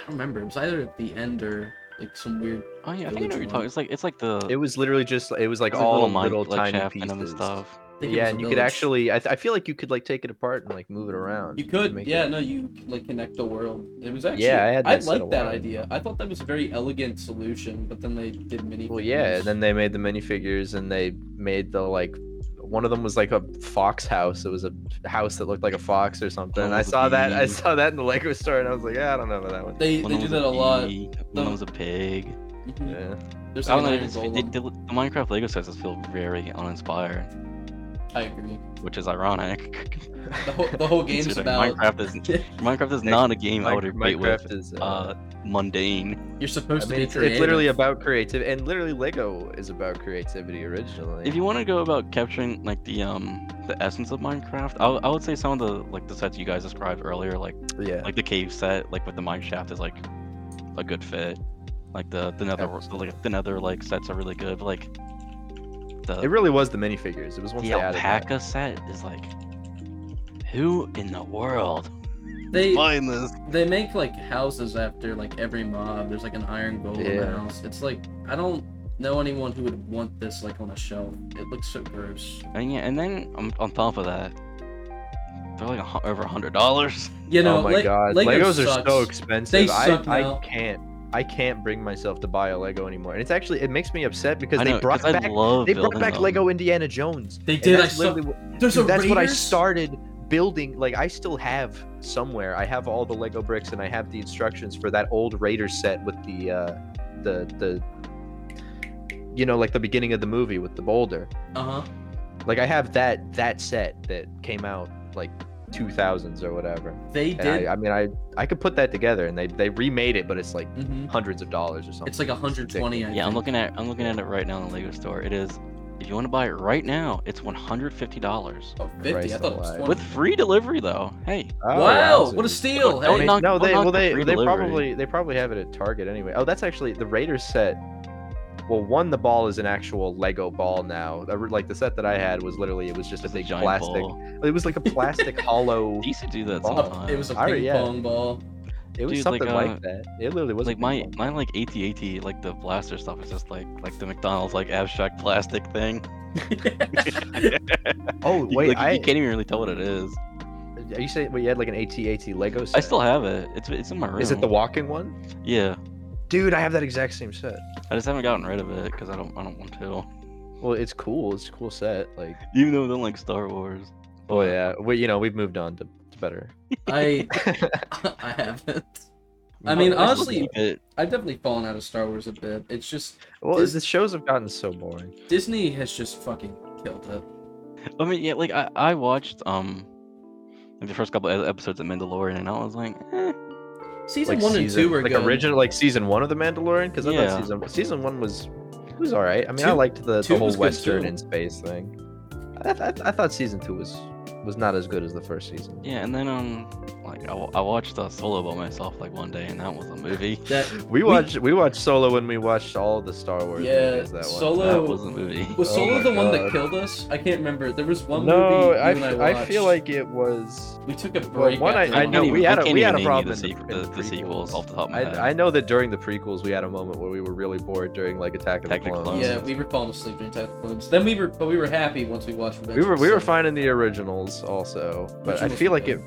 Speaker 1: don't remember. It was either the End or like some weird.
Speaker 2: (laughs) Oh yeah, I
Speaker 1: The
Speaker 2: think I know what
Speaker 1: original
Speaker 2: you're
Speaker 1: one.
Speaker 2: talking. It's like it's like the
Speaker 3: It was literally just it was like
Speaker 2: it's
Speaker 3: all
Speaker 2: mine-
Speaker 3: little,
Speaker 2: like
Speaker 3: tiny
Speaker 2: shaft in
Speaker 3: pieces
Speaker 2: them and stuff.
Speaker 1: I think it
Speaker 3: Yeah,
Speaker 1: was a
Speaker 3: and you could
Speaker 1: village.
Speaker 3: actually I, th- I feel like you could like take it apart and like move it around.
Speaker 1: You could,
Speaker 3: make
Speaker 1: yeah,
Speaker 3: it-
Speaker 1: no, you could, like connect the world. It was actually,
Speaker 3: Yeah, I had that set a
Speaker 1: like that
Speaker 3: while
Speaker 1: idea. I thought that was a very elegant solution, but then they did many.
Speaker 3: Well, yeah, and then they made the minifigures and they made the like one of them was like a fox house. It was a house that looked like a fox or something.
Speaker 2: One
Speaker 3: I
Speaker 2: was a
Speaker 3: saw that I
Speaker 2: bee.
Speaker 3: saw that in the Lego store and I was like, yeah, I don't know about that one.
Speaker 1: they
Speaker 2: One
Speaker 1: they
Speaker 2: of
Speaker 1: do
Speaker 2: them
Speaker 1: that a
Speaker 2: was
Speaker 1: lot.
Speaker 2: bee,
Speaker 1: The-
Speaker 2: One of them's a pig.
Speaker 1: Mhm.
Speaker 3: Yeah.
Speaker 1: There's
Speaker 2: I
Speaker 1: like
Speaker 2: don't know.
Speaker 1: an
Speaker 2: it's-
Speaker 1: iron
Speaker 2: it-
Speaker 1: golem.
Speaker 2: it- the Minecraft Lego sets just feel very uninspired,
Speaker 1: (laughs) I agree.
Speaker 2: which is ironic. (laughs)
Speaker 1: The whole the whole game's
Speaker 2: Considering
Speaker 1: about
Speaker 2: Minecraft is Minecraft is not a game I would
Speaker 3: Minec-
Speaker 2: equate with
Speaker 3: Minecraft is uh,
Speaker 2: uh, mundane.
Speaker 1: (laughs) you're
Speaker 3: I
Speaker 1: supposed
Speaker 3: mean,
Speaker 1: to be
Speaker 3: it's,
Speaker 1: creative.
Speaker 3: it's literally about creative and literally Lego is about creativity originally.
Speaker 2: If you want to go about capturing like the um the essence of Minecraft, I, I would say some of the like the sets you guys described earlier, like
Speaker 3: yeah.
Speaker 2: like the cave set, like with the mine shaft, is like a good fit. Like the the nether the, like the nether like sets are really good. But, like the
Speaker 3: it really was the minifigures. It was once
Speaker 2: the
Speaker 3: they added that.
Speaker 2: alpaca set is like who in the world
Speaker 1: they
Speaker 2: buying this?
Speaker 1: they make like houses after like every mob. There's like an iron golem
Speaker 3: Yeah.
Speaker 1: house. It's like I don't know anyone who would want this like on a shelf. It looks so gross.
Speaker 2: And yeah, and then on, on top of that, they're like a, hu- over a hundred dollars.
Speaker 3: (laughs)
Speaker 1: You know,
Speaker 3: oh my
Speaker 1: Le-
Speaker 3: god,
Speaker 1: Lego
Speaker 3: Legos are
Speaker 1: sucks.
Speaker 3: so expensive.
Speaker 1: They
Speaker 3: I,
Speaker 1: suck now.
Speaker 3: I can't, I can't bring myself to buy a Lego anymore. And it's actually, it makes me upset because
Speaker 2: I
Speaker 3: they
Speaker 2: know, 'cause
Speaker 3: brought
Speaker 2: I
Speaker 3: back,
Speaker 2: love
Speaker 3: they brought
Speaker 2: building
Speaker 3: back
Speaker 2: them.
Speaker 3: Lego Indiana Jones.
Speaker 1: They
Speaker 3: And
Speaker 1: did. I
Speaker 3: that's
Speaker 1: saw.
Speaker 3: literally what-
Speaker 1: There's
Speaker 3: dude,
Speaker 1: a
Speaker 3: that's what I
Speaker 1: Raiders?
Speaker 3: started building. Like I still have somewhere. I have all the Lego bricks and I have the instructions for that old Raider set with the, uh, the the, you know, like the beginning of the movie with the boulder.
Speaker 1: Uh huh.
Speaker 3: Like I have that that set that came out like 2000s or whatever.
Speaker 1: They
Speaker 3: And
Speaker 1: did.
Speaker 3: I, I mean, I I could put that together, and they they remade it, but it's like
Speaker 1: hmm
Speaker 3: hundreds of dollars or something.
Speaker 1: It's like 120. I
Speaker 2: Yeah, I'm
Speaker 1: think.
Speaker 2: looking at I'm looking at it right now in the Lego store. It is if you want to buy it right now, it's one hundred fifty dollars
Speaker 1: Oh, 50. I
Speaker 3: Christ
Speaker 1: thought it was
Speaker 3: alive.
Speaker 1: 20.
Speaker 2: with free delivery though. Hey,
Speaker 3: Oh,
Speaker 1: wow, what a steal!
Speaker 2: Don't- don't
Speaker 1: Hey,
Speaker 2: knock-
Speaker 3: no,
Speaker 2: don't
Speaker 3: they
Speaker 2: knock
Speaker 3: well
Speaker 2: the
Speaker 3: they
Speaker 2: free
Speaker 3: they
Speaker 2: delivery.
Speaker 3: probably they probably have it at Target anyway. Oh, that's actually the Raiders set. Well, one the ball is an actual Lego ball now. I re- Like the set that I had was literally it was just a
Speaker 2: just a
Speaker 3: big
Speaker 2: giant
Speaker 3: plastic.
Speaker 2: ball.
Speaker 3: It was like a plastic
Speaker 2: (laughs)
Speaker 3: hollow.
Speaker 2: They used to do that
Speaker 3: Ball.
Speaker 1: a-
Speaker 2: sometimes.
Speaker 1: oh, it was a
Speaker 3: I re-
Speaker 1: ping
Speaker 3: yeah.
Speaker 1: pong
Speaker 3: (laughs)
Speaker 1: ball.
Speaker 3: It was
Speaker 2: Dude, like,
Speaker 3: something like,
Speaker 2: uh,
Speaker 3: that. It literally was
Speaker 2: like my my like AT-AT, like the blaster stuff is just like like the McDonald's like abstract plastic thing. (laughs)
Speaker 3: Oh
Speaker 2: You-
Speaker 3: wait,
Speaker 2: like,
Speaker 3: I
Speaker 2: you can't even really tell what it is.
Speaker 3: are you saying wait, you had like an AT-AT Lego set?
Speaker 2: I still have it. It's it's in my room.
Speaker 3: Is it the walking one?
Speaker 2: Yeah,
Speaker 3: Dude, I have that exact same set.
Speaker 2: I just haven't gotten rid of it because I don't I don't want to. (laughs)
Speaker 3: Well, it's cool. It's a cool set. Like
Speaker 2: Even though I don't like Star Wars.
Speaker 3: Oh
Speaker 2: But-
Speaker 3: yeah, we you know we've moved on to, to better.
Speaker 1: I (laughs) I haven't. I mean,
Speaker 2: I still
Speaker 1: honestly-
Speaker 2: keep it.
Speaker 1: I've definitely fallen out of Star Wars a bit. It's just
Speaker 3: well,
Speaker 1: Dis-
Speaker 3: the shows have gotten so boring.
Speaker 1: Disney has just fucking killed it.
Speaker 2: I mean, yeah, like I, I watched um like the first couple of episodes of Mandalorian, and I was like, eh.
Speaker 1: Season
Speaker 3: like
Speaker 1: one
Speaker 3: season,
Speaker 1: and two were
Speaker 3: like
Speaker 1: good.
Speaker 3: original, like season one of the Mandalorian, because I
Speaker 2: Yeah.
Speaker 3: thought season season one was it was all right. I mean, I
Speaker 1: Two-
Speaker 3: liked the,
Speaker 1: two
Speaker 3: the whole
Speaker 1: was good
Speaker 3: Western
Speaker 1: too.
Speaker 3: in space thing. I, th- I, th- I thought season two was was not as good as the first season.
Speaker 2: Yeah, and then um, like I, wa- I watched uh, Solo by myself like one day, and that was a movie.
Speaker 1: That
Speaker 3: We watched we, watched Solo when we watched all the Star Wars
Speaker 1: Yeah,
Speaker 3: movies. That one
Speaker 1: Solo-
Speaker 3: time.
Speaker 2: That
Speaker 1: Oh.
Speaker 2: was a movie.
Speaker 1: was
Speaker 3: Oh
Speaker 1: Solo
Speaker 3: my
Speaker 1: the one that
Speaker 3: God.
Speaker 1: killed us. I can't remember. There was one
Speaker 3: No,
Speaker 1: movie you
Speaker 3: I,
Speaker 1: and I
Speaker 3: f-
Speaker 1: watched.
Speaker 3: I feel like it was.
Speaker 1: we took a
Speaker 3: Well,
Speaker 1: break.
Speaker 3: one I-
Speaker 1: after
Speaker 3: I
Speaker 1: one.
Speaker 3: know
Speaker 2: can't
Speaker 3: we
Speaker 2: even-
Speaker 3: had a-
Speaker 2: can't
Speaker 3: we
Speaker 2: even
Speaker 3: had a
Speaker 2: name you
Speaker 3: problem
Speaker 2: The,
Speaker 3: in the-
Speaker 2: sequ-
Speaker 3: in
Speaker 2: the, the sequels
Speaker 3: prequels.
Speaker 2: off the top of my head.
Speaker 3: I, I know that during the prequels we had a moment where we were really bored during like Attack of the
Speaker 2: Attack of the
Speaker 3: Clones.
Speaker 2: Clones.
Speaker 1: Yeah, we were falling asleep during Attack of the Clones. Then we were, but we were happy once we watched. Revenge
Speaker 3: we were
Speaker 1: of the
Speaker 3: we were
Speaker 1: Sith.
Speaker 3: finding the originals also, but I
Speaker 1: Originals
Speaker 3: feel
Speaker 1: were
Speaker 3: like it.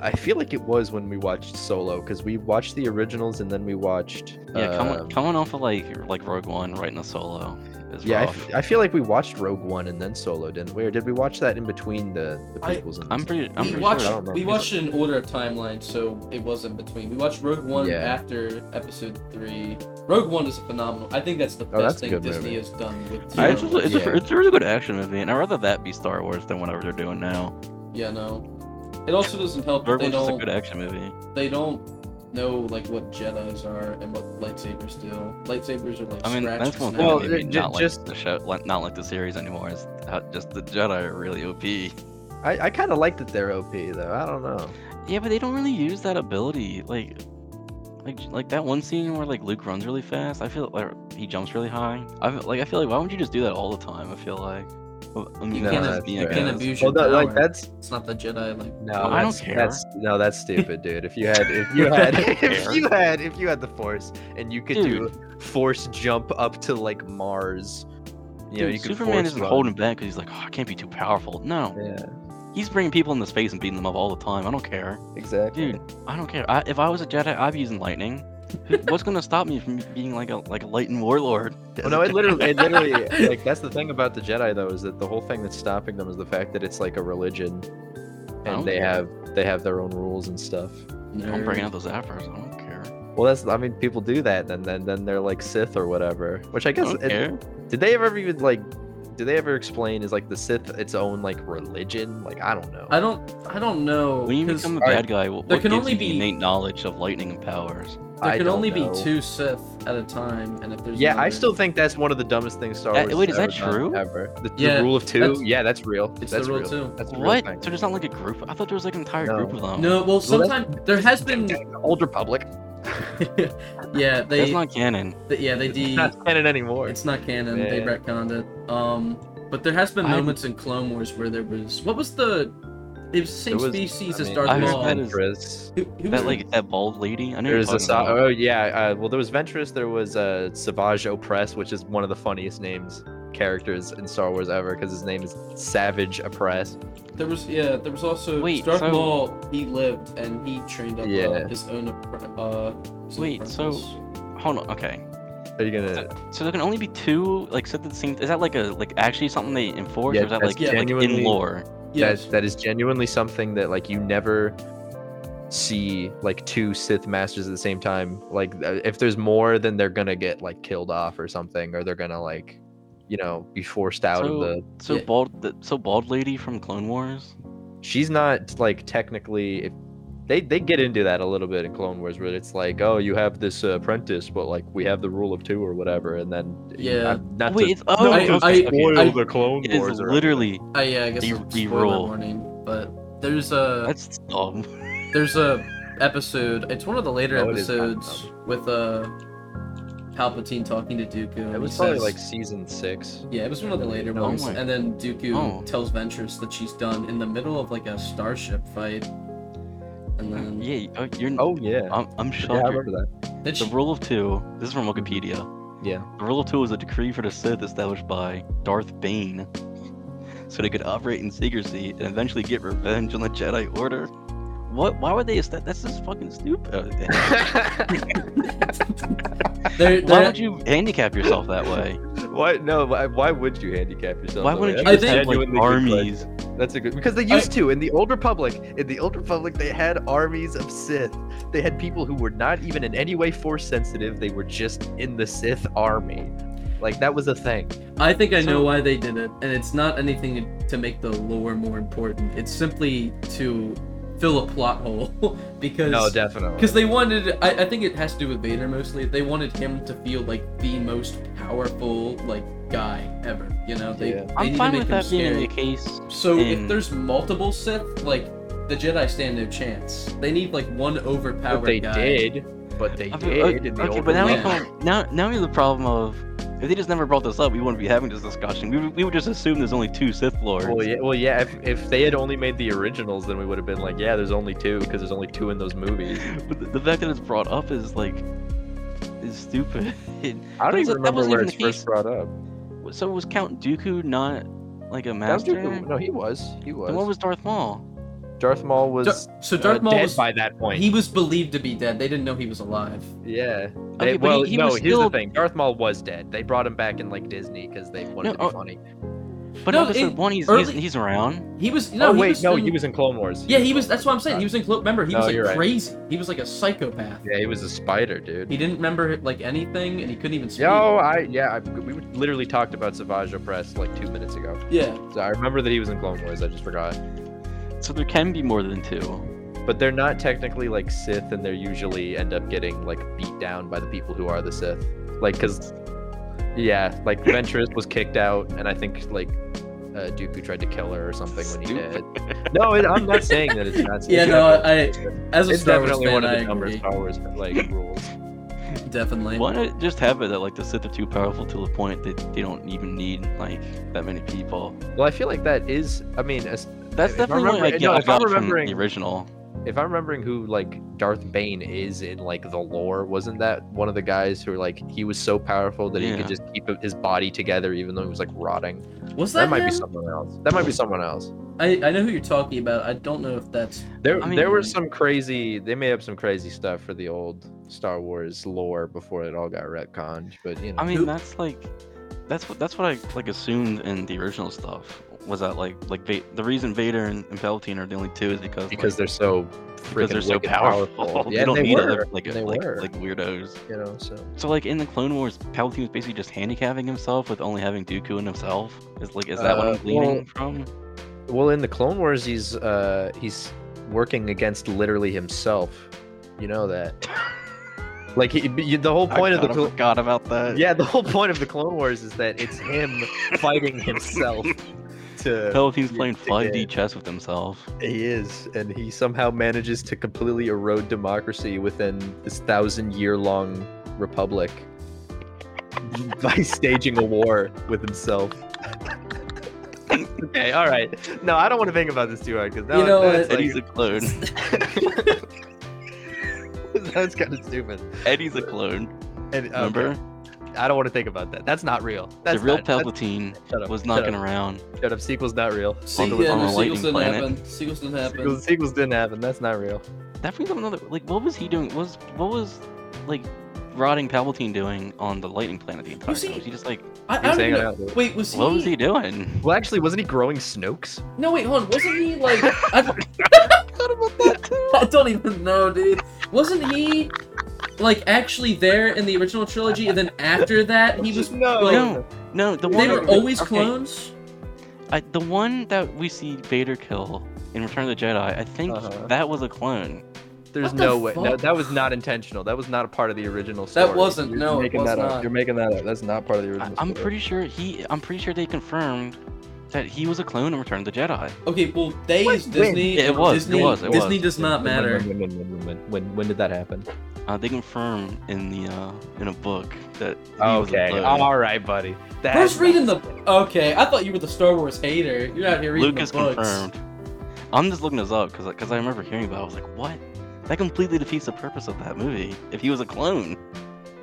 Speaker 3: I feel like it was when we watched Solo because we watched the originals and then we watched.
Speaker 2: yeah,
Speaker 3: uh,
Speaker 2: coming, coming off of like like Rogue One, right in the Solo. Is
Speaker 3: yeah. I,
Speaker 2: rough.
Speaker 3: f- I feel like we watched Rogue One and then Solo, didn't we? Or did we watch that in between the the
Speaker 1: I-
Speaker 3: prequels? and
Speaker 2: I'm pretty. I'm
Speaker 1: we
Speaker 2: pretty
Speaker 1: watched
Speaker 3: I
Speaker 2: sure.
Speaker 3: don't know.
Speaker 1: we watched it in order of timeline, so it was in between. We watched Rogue One
Speaker 3: Yeah.
Speaker 1: after Episode Three. Rogue One is a phenomenal. I think that's the best
Speaker 3: Oh, that's a
Speaker 1: thing
Speaker 3: good
Speaker 1: Disney
Speaker 3: movie.
Speaker 1: has done with.
Speaker 2: I-
Speaker 1: Star
Speaker 2: it's, a,
Speaker 1: Wars.
Speaker 2: it's, a, it's a really good action movie, and I'd rather that be Star Wars than whatever they're doing now.
Speaker 1: yeah, no. It also doesn't help. that
Speaker 2: Rogue
Speaker 1: They
Speaker 2: One's just a
Speaker 1: don't.
Speaker 2: good action movie.
Speaker 1: They don't know like what Jedi's are and what lightsabers do. Lightsabers are like.
Speaker 2: I mean,
Speaker 1: scratches
Speaker 2: that's one
Speaker 1: now.
Speaker 2: thing
Speaker 3: Well,
Speaker 2: that made me
Speaker 3: ju-
Speaker 2: not like
Speaker 3: just-
Speaker 2: the show, like, not like the series anymore. Is how, just the Jedi are really OP.
Speaker 3: I, I kind of like that they're OP though. I don't know.
Speaker 2: Yeah, but they don't really use that ability. Like, like, like that one scene where like Luke runs really fast. I feel like he jumps really high. I feel, like I feel like why wouldn't you just do that all the time? I feel like. Well, I mean,
Speaker 1: You
Speaker 3: No,
Speaker 1: can't,
Speaker 2: that's
Speaker 3: ab-
Speaker 1: ab-
Speaker 2: me,
Speaker 1: you
Speaker 2: I
Speaker 1: can't
Speaker 2: guess.
Speaker 1: abuse
Speaker 3: Well,
Speaker 1: your
Speaker 3: that,
Speaker 1: power.
Speaker 3: like that's
Speaker 1: It's not the Jedi like.
Speaker 3: no.
Speaker 2: I
Speaker 3: that's,
Speaker 2: don't care.
Speaker 3: That's, no, that's stupid, dude. If you had,
Speaker 2: (laughs)
Speaker 3: if you had,
Speaker 2: I don't
Speaker 3: (laughs) if
Speaker 2: care.
Speaker 3: you had, if you had the force and you could do force jump up to like Mars, you know,
Speaker 2: Dude,
Speaker 3: you could
Speaker 2: Superman
Speaker 3: force
Speaker 2: isn't
Speaker 3: run.
Speaker 2: holding back because he's like, oh, I can't be too powerful. No,
Speaker 3: Yeah,
Speaker 2: he's bringing people into space and beating them up all the time. I don't care,
Speaker 3: exactly.
Speaker 2: dude. I don't care. I, if I was a Jedi, I'd be using lightning. Who- What's gonna stop me from being like a like a lightning warlord?
Speaker 3: Well, no, it literally,
Speaker 2: (laughs)
Speaker 3: it literally, like that's the thing about the Jedi though is that the whole thing that's stopping them is the fact that it's like a religion, and
Speaker 2: don't
Speaker 3: they
Speaker 2: care.
Speaker 3: have they have their own rules and stuff.
Speaker 2: I'm bringing out those Afros. I don't care.
Speaker 3: Well, that's I mean, people do that, and then then they're like Sith or whatever. Which I
Speaker 2: I
Speaker 3: guess
Speaker 2: don't
Speaker 3: it-
Speaker 2: care.
Speaker 3: did they ever even like? Did they ever explain is like the Sith its own like religion? Like I don't know.
Speaker 1: I don't. I don't know.
Speaker 2: When you
Speaker 1: 'cause-
Speaker 2: become a
Speaker 3: alright,
Speaker 2: bad guy, what,
Speaker 1: there
Speaker 2: what
Speaker 1: can
Speaker 2: gives
Speaker 1: only
Speaker 2: you the
Speaker 1: be-
Speaker 2: innate knowledge of lightning and powers?
Speaker 1: There
Speaker 3: I
Speaker 1: can
Speaker 3: don't
Speaker 1: only
Speaker 3: know.
Speaker 1: be two Sith at a time, and if there's
Speaker 3: Yeah, I
Speaker 1: another-
Speaker 3: still think that's one of the dumbest things Star
Speaker 2: Uh,
Speaker 3: Wars.
Speaker 2: wait, is
Speaker 3: has
Speaker 2: that
Speaker 3: ever done,
Speaker 2: true?
Speaker 3: Ever. The, the
Speaker 1: Yeah,
Speaker 3: rule of two?
Speaker 1: that's-
Speaker 3: yeah, that's real.
Speaker 1: it's
Speaker 3: that's
Speaker 1: the rule
Speaker 3: real.
Speaker 1: too.
Speaker 3: That's a real
Speaker 2: What?
Speaker 3: thing.
Speaker 2: So there's not like a group? I thought there was like an entire
Speaker 3: No.
Speaker 2: group of them.
Speaker 1: No, well,
Speaker 3: that's-
Speaker 1: sometimes there has
Speaker 2: (laughs)
Speaker 1: been. (laughs)
Speaker 3: Old Republic.
Speaker 1: yeah, they.
Speaker 2: that's not canon.
Speaker 1: th- yeah, they de.
Speaker 3: It's not canon anymore.
Speaker 1: It's not canon. They
Speaker 3: Man.
Speaker 1: retconned it. Um, but there has been
Speaker 2: I-
Speaker 1: moments in Clone Wars where there was what was the. It was the same
Speaker 3: There was-
Speaker 1: species
Speaker 3: I
Speaker 1: as
Speaker 3: mean,
Speaker 1: Darth
Speaker 2: I heard
Speaker 1: Maul.
Speaker 2: that is-
Speaker 3: Ventress.
Speaker 1: Who, who was
Speaker 2: That like that bald lady. I know
Speaker 3: There's
Speaker 2: you're
Speaker 3: a
Speaker 2: talking about.
Speaker 3: oh yeah, uh, well there was Ventress. There was uh, Savage Opress, which is one of the funniest names characters in Star Wars ever because his name is Savage Oppress.
Speaker 1: there was yeah there was also
Speaker 2: Wait,
Speaker 1: Darth
Speaker 2: so-
Speaker 1: Maul. He lived and he trained up uh,
Speaker 3: Yeah.
Speaker 1: his own. appre- Uh, his own
Speaker 2: Wait, so-
Speaker 1: apprentice.
Speaker 3: uh,
Speaker 2: Hold on. Okay.
Speaker 3: Are you gonna?
Speaker 2: So there can only be two like said the same. Is that like a like actually something they enforce,
Speaker 3: Yeah,
Speaker 2: or is that
Speaker 3: that's
Speaker 2: like, like in
Speaker 3: genuinely-
Speaker 2: lore?
Speaker 1: yes.
Speaker 3: That, that is genuinely something that like you never see like two Sith masters at the same time. Like uh, if there's more, then they're gonna get like killed off or something, or they're gonna like, you know, be forced out
Speaker 2: So-
Speaker 3: of the.
Speaker 2: So
Speaker 1: Yeah.
Speaker 2: bald, the, so bald lady from Clone Wars.
Speaker 3: She's not like technically. If, they, they get into that a little bit in Clone Wars where it's like oh you have this uh, apprentice but like we have the rule of two or whatever and then
Speaker 1: Yeah.
Speaker 3: I'm not to-
Speaker 2: Wait, it's oh,
Speaker 1: I-
Speaker 2: okay,
Speaker 1: I-
Speaker 2: okay.
Speaker 1: I-
Speaker 3: the Clone
Speaker 2: it is literally
Speaker 1: Uh, yeah, I guess
Speaker 2: Be-
Speaker 1: it's a
Speaker 2: be
Speaker 1: spoiler
Speaker 2: roll.
Speaker 1: warning, but there's a
Speaker 2: that's dumb. (laughs)
Speaker 1: there's a episode. It's one of the later
Speaker 3: No, it is not,
Speaker 1: episodes with uh Palpatine talking to Dooku. and
Speaker 3: It was
Speaker 1: he
Speaker 3: probably
Speaker 1: says-
Speaker 3: like season six.
Speaker 1: yeah, it was one of the later
Speaker 3: Oh
Speaker 1: ones.
Speaker 2: my-
Speaker 1: And then Dooku
Speaker 2: Oh.
Speaker 1: tells Ventress that she's done in the middle of like a starship fight. And then
Speaker 2: (laughs) Yeah, oh, you're.
Speaker 3: Oh yeah,
Speaker 2: I'm, I'm
Speaker 3: yeah,
Speaker 2: shocked.
Speaker 3: I
Speaker 2: you're-
Speaker 3: remember that.
Speaker 1: then
Speaker 2: the
Speaker 1: she,
Speaker 2: rule of two. This is from Wikipedia.
Speaker 3: Yeah,
Speaker 2: The rule of two was a decree for the Sith established by Darth Bane, so they could operate in secrecy and eventually get revenge on the Jedi Order. What? Why would they? esta- That's just fucking stupid.
Speaker 1: there,
Speaker 2: Why
Speaker 1: there-
Speaker 2: would you handicap yourself that way?
Speaker 3: (laughs) why no? Why, why would you handicap yourself?
Speaker 2: Why
Speaker 3: that
Speaker 2: wouldn't
Speaker 3: way?
Speaker 2: you
Speaker 1: I
Speaker 2: just
Speaker 3: That's a
Speaker 1: think-
Speaker 2: have like
Speaker 3: genuinely good question.
Speaker 2: armies?
Speaker 3: That's a good because they
Speaker 1: I-
Speaker 3: used to in the old Republic. In the old Republic, they had armies of Sith. They had people who were not even in any way Force sensitive. They were just in the Sith army. Like that was a thing.
Speaker 1: I think I know
Speaker 2: So-
Speaker 1: why they did it, and it's not anything to, to make the lore more important. It's simply to fill a plot hole (laughs) because
Speaker 3: No, definitely.
Speaker 1: because they wanted I, I think it has to do with vader mostly they wanted him to feel like the most powerful like guy ever you know they,
Speaker 3: Yeah.
Speaker 1: they need
Speaker 2: I'm
Speaker 1: to
Speaker 2: fine
Speaker 1: make
Speaker 2: with
Speaker 1: him
Speaker 2: that being
Speaker 1: scary.
Speaker 2: the case.
Speaker 1: so if
Speaker 2: and-
Speaker 1: there's multiple sith like the jedi stand no chance they need like one overpowered
Speaker 4: But they
Speaker 1: guy
Speaker 4: did. But they
Speaker 2: I feel-
Speaker 4: did in the
Speaker 2: okay,
Speaker 4: older
Speaker 2: but now we
Speaker 1: one.
Speaker 2: come, now now we have the problem of if they just never brought this up, we wouldn't be having this discussion. We would, we would just assume there's only two Sith lords.
Speaker 4: Well,
Speaker 2: Well,
Speaker 4: yeah. Well, yeah. If, if they had only made the originals, then we would have been like, yeah, there's only two because there's only two in those movies.
Speaker 2: (laughs) But the, the fact that it's brought up is like is stupid. (laughs)
Speaker 4: I
Speaker 2: But
Speaker 4: don't
Speaker 2: is it- that
Speaker 4: even remember
Speaker 2: wasn't
Speaker 4: where
Speaker 2: even
Speaker 4: it's
Speaker 2: the
Speaker 4: first
Speaker 2: case.
Speaker 4: brought up.
Speaker 2: so was Count Dooku not like a
Speaker 3: Darth
Speaker 2: master?
Speaker 3: Dooku- No, he was. He was.
Speaker 2: Then what was Darth Maul?
Speaker 3: Darth Maul
Speaker 1: Dar-
Speaker 3: was.
Speaker 1: so darth maul
Speaker 4: uh, dead
Speaker 1: was
Speaker 4: by that point.
Speaker 1: he was believed to be dead they didn't know he was alive
Speaker 3: Yeah.
Speaker 2: Okay,
Speaker 3: They,
Speaker 2: but he-
Speaker 3: well,
Speaker 2: he
Speaker 3: no.
Speaker 2: was
Speaker 3: Here's
Speaker 2: still-
Speaker 3: the thing. Darth Maul was dead. They brought him back in like Disney because they
Speaker 2: No,
Speaker 3: wanted to be
Speaker 2: oh,
Speaker 3: funny.
Speaker 2: But
Speaker 1: No,
Speaker 2: episode
Speaker 1: it-
Speaker 2: one, he's,
Speaker 1: early-
Speaker 2: he's he's around.
Speaker 1: he was no
Speaker 4: oh
Speaker 1: he
Speaker 4: wait,
Speaker 1: was
Speaker 4: no,
Speaker 1: in-
Speaker 4: he was in Clone Wars.
Speaker 1: yeah he was that's what i'm saying he was in clo- remember he
Speaker 4: No,
Speaker 1: was like
Speaker 4: you're right.
Speaker 1: crazy he was like a psychopath
Speaker 3: Yeah, he was a spider, dude.
Speaker 1: he didn't remember like anything and he couldn't even speak
Speaker 3: Yo, I yeah, I, we literally talked about Savage Press like two minutes ago.
Speaker 1: yeah
Speaker 3: So I remember that he was in Clone Wars. I just forgot.
Speaker 2: So there can be more than two.
Speaker 3: But they're not technically like Sith, and they usually end up getting like beat down by the people who are the Sith. Like, cause yeah, like Ventress was kicked out, and I think like uh, Dooku tried to kill her or something when he did. No, it, I'm not saying that it's not. Sith.
Speaker 1: (laughs) Yeah, no, I- as a
Speaker 3: it's
Speaker 1: Star Wars
Speaker 3: definitely
Speaker 1: fan,
Speaker 3: one of
Speaker 1: I
Speaker 3: the dumber
Speaker 1: agree.
Speaker 3: Star Wars like rules.
Speaker 1: Definitely.
Speaker 2: Why not just have it that like the Sith are too powerful to the point that they don't even need like that many people?
Speaker 3: Well, I feel like that is. I mean, as,
Speaker 2: That's
Speaker 3: If
Speaker 2: definitely
Speaker 3: I'm
Speaker 2: what
Speaker 3: remembering-
Speaker 2: like,
Speaker 3: no,
Speaker 2: I
Speaker 3: if I'm
Speaker 2: got from the
Speaker 3: remembering-
Speaker 2: original.
Speaker 3: if I'm remembering who like Darth Bane is in like the lore, wasn't that one of the guys who like he was so powerful that he
Speaker 2: Yeah.
Speaker 3: could just keep his body together even though he was like rotting?
Speaker 1: Was that,
Speaker 3: That might
Speaker 1: him?
Speaker 3: be someone else. That might be someone else.
Speaker 1: I, I know who you're talking about. I don't know if that's.
Speaker 3: There,
Speaker 2: I
Speaker 3: there
Speaker 2: mean-
Speaker 3: was some crazy. They made up some crazy stuff for the old Star Wars lore before it all got retconned. But you know,
Speaker 2: I mean,
Speaker 1: Who-
Speaker 2: that's like, that's what that's what I like assumed in the original stuff was that like like Va- the reason Vader and, and Palpatine are the only two is because
Speaker 3: because
Speaker 2: like,
Speaker 3: they're so
Speaker 2: because they're
Speaker 3: freaking
Speaker 2: so
Speaker 3: wicked
Speaker 2: powerful, (laughs)
Speaker 3: Yeah,
Speaker 2: they don't
Speaker 3: they
Speaker 2: need
Speaker 3: were.
Speaker 2: other like
Speaker 3: They
Speaker 2: like,
Speaker 3: were.
Speaker 2: like weirdos.
Speaker 3: you know. So
Speaker 2: So like in the Clone Wars, Palpatine was basically just handicapping himself with only having Dooku and himself. Is like is that what
Speaker 3: Uh,
Speaker 2: I'm gleaning
Speaker 3: well-
Speaker 2: from?
Speaker 3: well, in the Clone Wars, he's uh he's working against literally himself. You
Speaker 2: (laughs)
Speaker 3: know that. Like he, you- the whole point
Speaker 2: I
Speaker 3: of the
Speaker 2: kinda
Speaker 3: Clo-
Speaker 2: forgot about that.
Speaker 3: Yeah, the whole point of the Clone Wars is that
Speaker 2: (laughs)
Speaker 3: it's him fighting himself. To
Speaker 2: Palpatine's
Speaker 3: Yeah,
Speaker 2: playing
Speaker 3: they
Speaker 2: 5D
Speaker 3: did.
Speaker 2: chess with himself.
Speaker 3: he is, and he somehow manages to completely erode democracy within this thousand-year-long republic (laughs) by staging a war with himself. (laughs) okay, all right. No, I don't want to think about this too hard because
Speaker 1: You know
Speaker 3: that's
Speaker 1: what?
Speaker 2: Eddie's a clone.
Speaker 3: (laughs) like, (laughs) that's kind of stupid.
Speaker 2: Eddie's a clone.
Speaker 3: And, okay,
Speaker 2: Remember,
Speaker 3: I don't want to think about that. That's not real. That's
Speaker 2: the real
Speaker 3: not, that's-
Speaker 2: Palpatine
Speaker 3: shut up,
Speaker 2: was
Speaker 3: shut
Speaker 2: knocking
Speaker 3: up,
Speaker 2: around.
Speaker 3: Shut up. Sequel's not real.
Speaker 1: See,
Speaker 2: the-
Speaker 1: yeah,
Speaker 2: on
Speaker 1: no,
Speaker 2: the
Speaker 1: sequels
Speaker 2: lightning
Speaker 1: didn't
Speaker 2: planet.
Speaker 1: happen. Sequels didn't happen.
Speaker 3: Sequels, sequels didn't happen. That's not real.
Speaker 2: That brings up another. Like, what was he doing? Was what was like rotting Palpatine doing on the Lightning Planet the entire
Speaker 1: Was
Speaker 2: time?
Speaker 1: he-
Speaker 2: Was he just like,
Speaker 1: I,
Speaker 3: He
Speaker 1: I
Speaker 3: was
Speaker 1: don't even
Speaker 3: hanging
Speaker 1: know.
Speaker 3: out with-
Speaker 1: Wait, was he?
Speaker 2: what was he doing?
Speaker 3: Well, actually, wasn't he growing Snoke's?
Speaker 1: No, wait, hold on. Wasn't he like? (laughs) I,
Speaker 2: What about that?
Speaker 1: I don't even know, dude. Wasn't he like actually there in the original trilogy, and then after that he was?
Speaker 3: no.
Speaker 1: like-
Speaker 2: No, no, the one
Speaker 1: They were
Speaker 2: that-
Speaker 1: always
Speaker 2: okay,
Speaker 1: clones.
Speaker 2: I, the one that we see Vader kill in Return of the Jedi. I think
Speaker 3: Uh-huh.
Speaker 2: that was a clone.
Speaker 3: There's
Speaker 1: What the
Speaker 3: no way. No,
Speaker 1: fuck?
Speaker 3: that was not intentional. That was not a part of the original story.
Speaker 1: wasn't, no, it was not.
Speaker 3: making that up. That's not part of the
Speaker 2: I, I'm pretty sure he. I'm pretty sure they confirmed that he was a clone in Return of the Jedi.
Speaker 1: Okay, well, they
Speaker 3: What?
Speaker 1: is Disney.
Speaker 2: Yeah, it was, it
Speaker 1: Disney,
Speaker 2: was, it
Speaker 1: Disney
Speaker 2: was.
Speaker 1: does not matter.
Speaker 3: When, when, when, when, when, when, when did that happen?
Speaker 2: Uh, they confirm in the uh, in a book that he was a
Speaker 3: Okay. Oh,
Speaker 2: clone.
Speaker 3: All right, buddy.
Speaker 1: Who's reading the? Okay, I thought you were the Star Wars hater. You're out here reading
Speaker 2: Lucas
Speaker 1: the books.
Speaker 2: confirmed. I'm just looking this up because because I remember hearing about. it. I was like, what? That completely defeats the purpose of that movie. If he was a clone,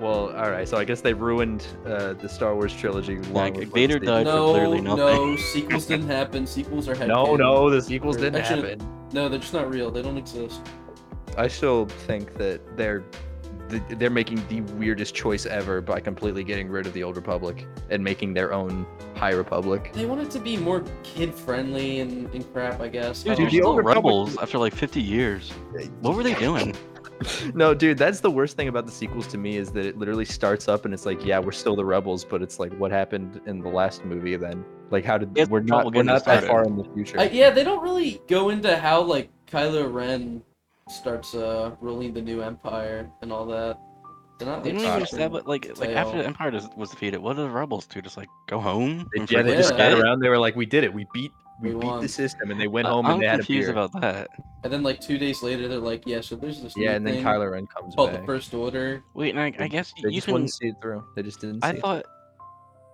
Speaker 3: Well, all right. So I guess they ruined uh, the Star Wars trilogy. long
Speaker 2: Like,
Speaker 3: before
Speaker 2: Vader
Speaker 3: the-
Speaker 2: died.
Speaker 1: No,
Speaker 2: clearly
Speaker 1: no, sequels didn't happen. Sequels are
Speaker 3: No,
Speaker 1: headcanon.
Speaker 3: no, the sequels didn't
Speaker 1: Actually-
Speaker 3: happen.
Speaker 1: no, they're just not real. They don't exist.
Speaker 3: I still think that they're th- they're making the weirdest choice ever by completely getting rid of the Old Republic and making their own High Republic.
Speaker 1: They wanted to be more kid friendly and, and crap, I guess. I
Speaker 2: dude,
Speaker 1: don't
Speaker 2: you're
Speaker 3: Dude, the
Speaker 1: know.
Speaker 2: still
Speaker 3: Old Republic-
Speaker 2: rebels after like 50 years. What were they doing?
Speaker 3: No, dude, that's the worst thing about the sequels to me is that it literally starts up and it's like, yeah, we're still the rebels, but it's like, what happened in the last movie then? Like, how did
Speaker 2: It's
Speaker 3: we're
Speaker 2: trouble
Speaker 3: not we're
Speaker 2: getting
Speaker 3: not that
Speaker 2: started.
Speaker 3: far in the future?
Speaker 1: I- yeah, they don't really go into how like Kylo Ren starts uh, ruling the new empire and all that. They're not
Speaker 2: They don't
Speaker 1: like,
Speaker 2: even
Speaker 3: Alright.
Speaker 2: establish like like after the Empire does- was defeated. What do the rebels do? Just like go home?
Speaker 4: They,
Speaker 2: and
Speaker 4: yeah, they
Speaker 2: forget
Speaker 4: just
Speaker 1: Yeah.
Speaker 2: about
Speaker 4: got
Speaker 2: it?
Speaker 4: around. They were like, "We did it. We beat, we,
Speaker 1: We
Speaker 4: beat
Speaker 1: won.
Speaker 4: the system," and they went
Speaker 2: I-
Speaker 4: home
Speaker 2: I'm
Speaker 4: and they had a
Speaker 2: confused
Speaker 4: beer.
Speaker 2: about that.
Speaker 1: and then like two days later, they're like, yeah, so there's this new
Speaker 4: yeah, and then
Speaker 1: thing
Speaker 4: Kylo Ren comes
Speaker 1: called
Speaker 4: back.
Speaker 1: the First
Speaker 2: (laughs)
Speaker 1: Order. (laughs)
Speaker 2: Wait, and I, I guess
Speaker 3: They
Speaker 2: you
Speaker 3: just
Speaker 2: can.
Speaker 3: wouldn't see it through. They just didn't. See
Speaker 2: I
Speaker 3: it.
Speaker 2: thought.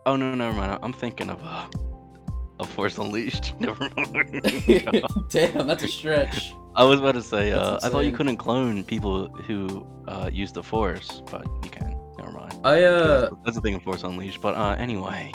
Speaker 2: Oh no, never mind. I'm thinking of uh, a Force Unleashed. (laughs) Never mind.
Speaker 1: Damn, that's a stretch.
Speaker 2: I was about to say.
Speaker 1: That's
Speaker 2: Uh, I thought you
Speaker 1: insane.
Speaker 2: couldn't clone people who uh, use the Force, but you can. Never mind.
Speaker 1: I uh
Speaker 2: That's- That's the thing in Force Unleashed. But uh, anyway,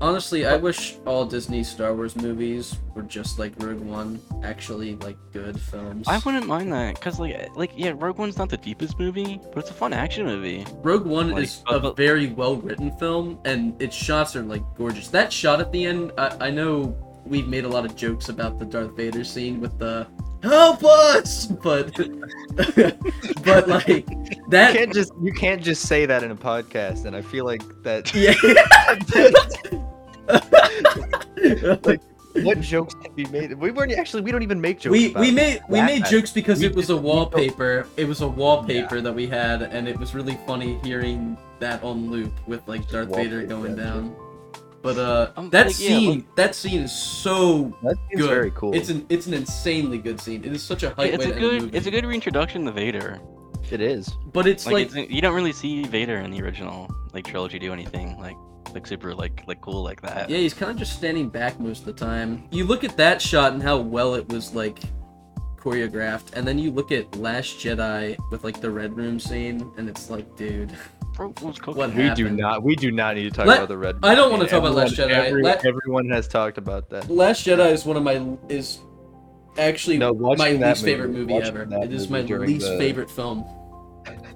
Speaker 1: honestly, I wish all Disney Star Wars movies were just like Rogue One, actually like good films.
Speaker 2: I wouldn't mind that because like eh, like yeah, Rogue One's not the deepest movie, but it's a fun action movie.
Speaker 1: Rogue One
Speaker 2: Like,
Speaker 1: is
Speaker 2: uh,
Speaker 1: a
Speaker 2: but-
Speaker 1: very well written film, and its shots are like gorgeous. That shot at the end, I, I know we've made a lot of jokes about the Darth Vader scene with the "Help us," but (laughs) but like
Speaker 3: You
Speaker 1: that,
Speaker 3: can't just you can't just say that in a podcast, and I feel like
Speaker 4: (laughs)
Speaker 3: that. (laughs)
Speaker 1: yeah. (laughs)
Speaker 3: what jokes can be made? We weren't actually. We don't even make jokes.
Speaker 1: we
Speaker 3: about
Speaker 1: we
Speaker 3: it.
Speaker 1: made we
Speaker 3: that
Speaker 1: made
Speaker 3: bad.
Speaker 1: jokes because
Speaker 3: We
Speaker 1: it was a
Speaker 3: didn't- we
Speaker 1: wallpaper. It was a wallpaper that we had, and it was really funny hearing that on loop with like Darth Vader
Speaker 3: wallpaper,
Speaker 1: going
Speaker 3: yeah.
Speaker 1: down. But uh,
Speaker 2: Um,
Speaker 1: that
Speaker 2: like, yeah,
Speaker 1: scene that scene is so
Speaker 3: That seems
Speaker 1: good.
Speaker 3: very cool.
Speaker 1: It's an it's an insanely good scene. It is such a
Speaker 2: Yeah,
Speaker 1: hype
Speaker 2: it's
Speaker 1: way
Speaker 2: a
Speaker 1: to end
Speaker 2: good
Speaker 1: the
Speaker 2: it's
Speaker 1: movie.
Speaker 2: a good reintroduction to Vader.
Speaker 3: it is.
Speaker 1: But it's
Speaker 2: Like,
Speaker 1: like,
Speaker 2: it's- you don't really see Vader in the original like trilogy do anything like like super like like cool like that.
Speaker 1: yeah, he's kind of just standing back most of the time. You look at that shot and how well it was like choreographed, and then you look at Last Jedi with like the red room scene, and it's like, dude,
Speaker 2: Bro, who's cooking?
Speaker 1: What
Speaker 3: We do
Speaker 1: happened.
Speaker 3: not. We do not need to talk
Speaker 1: Let-
Speaker 3: about the red.
Speaker 1: I don't
Speaker 3: Room.
Speaker 1: wanna talk about Last
Speaker 3: Everyone-
Speaker 1: Jedi.
Speaker 3: every-
Speaker 1: Let-
Speaker 3: everyone has talked about that.
Speaker 1: Last Jedi is one of my is actually
Speaker 3: No, watching
Speaker 1: my
Speaker 3: that
Speaker 1: least favorite movie
Speaker 3: watching
Speaker 1: ever.
Speaker 3: that
Speaker 1: It is
Speaker 3: movie
Speaker 1: my
Speaker 3: during
Speaker 1: least
Speaker 3: the-
Speaker 1: favorite film.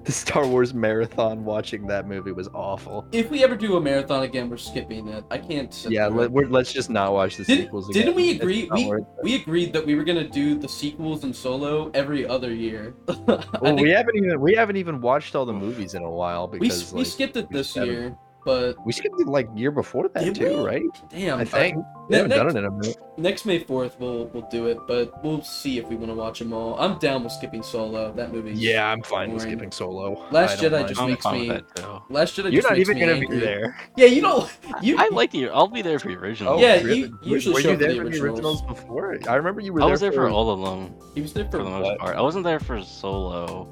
Speaker 3: The Star Wars marathon watching that movie was awful.
Speaker 1: If we ever do a marathon again, we're skipping it. I can't. sit
Speaker 3: Yeah,
Speaker 1: through
Speaker 3: let,
Speaker 1: it.
Speaker 3: we're, let's just not watch the
Speaker 1: Didn't-
Speaker 3: sequels.
Speaker 1: didn't
Speaker 3: again.
Speaker 1: we
Speaker 3: It's
Speaker 1: agree-
Speaker 3: not
Speaker 1: we-
Speaker 3: worth it.
Speaker 1: we agreed that we were gonna do the sequels and Solo every other year. (laughs) I
Speaker 3: Well,
Speaker 1: think
Speaker 3: we haven't even we haven't even watched all the movies in a while
Speaker 1: we,
Speaker 3: because
Speaker 1: we
Speaker 3: like,
Speaker 1: skipped it
Speaker 3: we
Speaker 1: this
Speaker 3: haven't-
Speaker 1: year, but
Speaker 3: we skipped it like year before that
Speaker 1: Did
Speaker 3: too,
Speaker 1: we?
Speaker 3: right?
Speaker 1: damn,
Speaker 3: I think we
Speaker 1: Ne-
Speaker 3: haven't done
Speaker 1: next-
Speaker 3: it in a minute.
Speaker 1: next May fourth we'll we'll do it, but we'll see if we want to watch them all. I'm down with skipping Solo. That movie.
Speaker 3: Yeah, I'm fine with
Speaker 1: boring.
Speaker 3: skipping Solo.
Speaker 1: Last
Speaker 3: I don't
Speaker 1: Jedi
Speaker 3: mind.
Speaker 1: just
Speaker 2: I'm
Speaker 1: makes
Speaker 2: fine
Speaker 1: me-
Speaker 2: with that though.
Speaker 1: Last Jedi.
Speaker 3: You're
Speaker 1: just
Speaker 3: not
Speaker 1: makes me
Speaker 3: even gonna
Speaker 1: angry.
Speaker 3: be there.
Speaker 1: Yeah, you don't. You.
Speaker 2: I like the. I'll be there for the original.
Speaker 1: Oh, Yeah, you-
Speaker 3: really?
Speaker 1: you usually
Speaker 3: were
Speaker 1: show
Speaker 3: you
Speaker 1: up for
Speaker 3: there
Speaker 1: the
Speaker 3: for the
Speaker 1: originals.
Speaker 3: originals before? I remember you were.
Speaker 2: I
Speaker 3: there
Speaker 2: was there for all of them
Speaker 1: He was there
Speaker 2: for
Speaker 1: for.
Speaker 2: the most
Speaker 3: what?
Speaker 2: part. I wasn't there for Solo.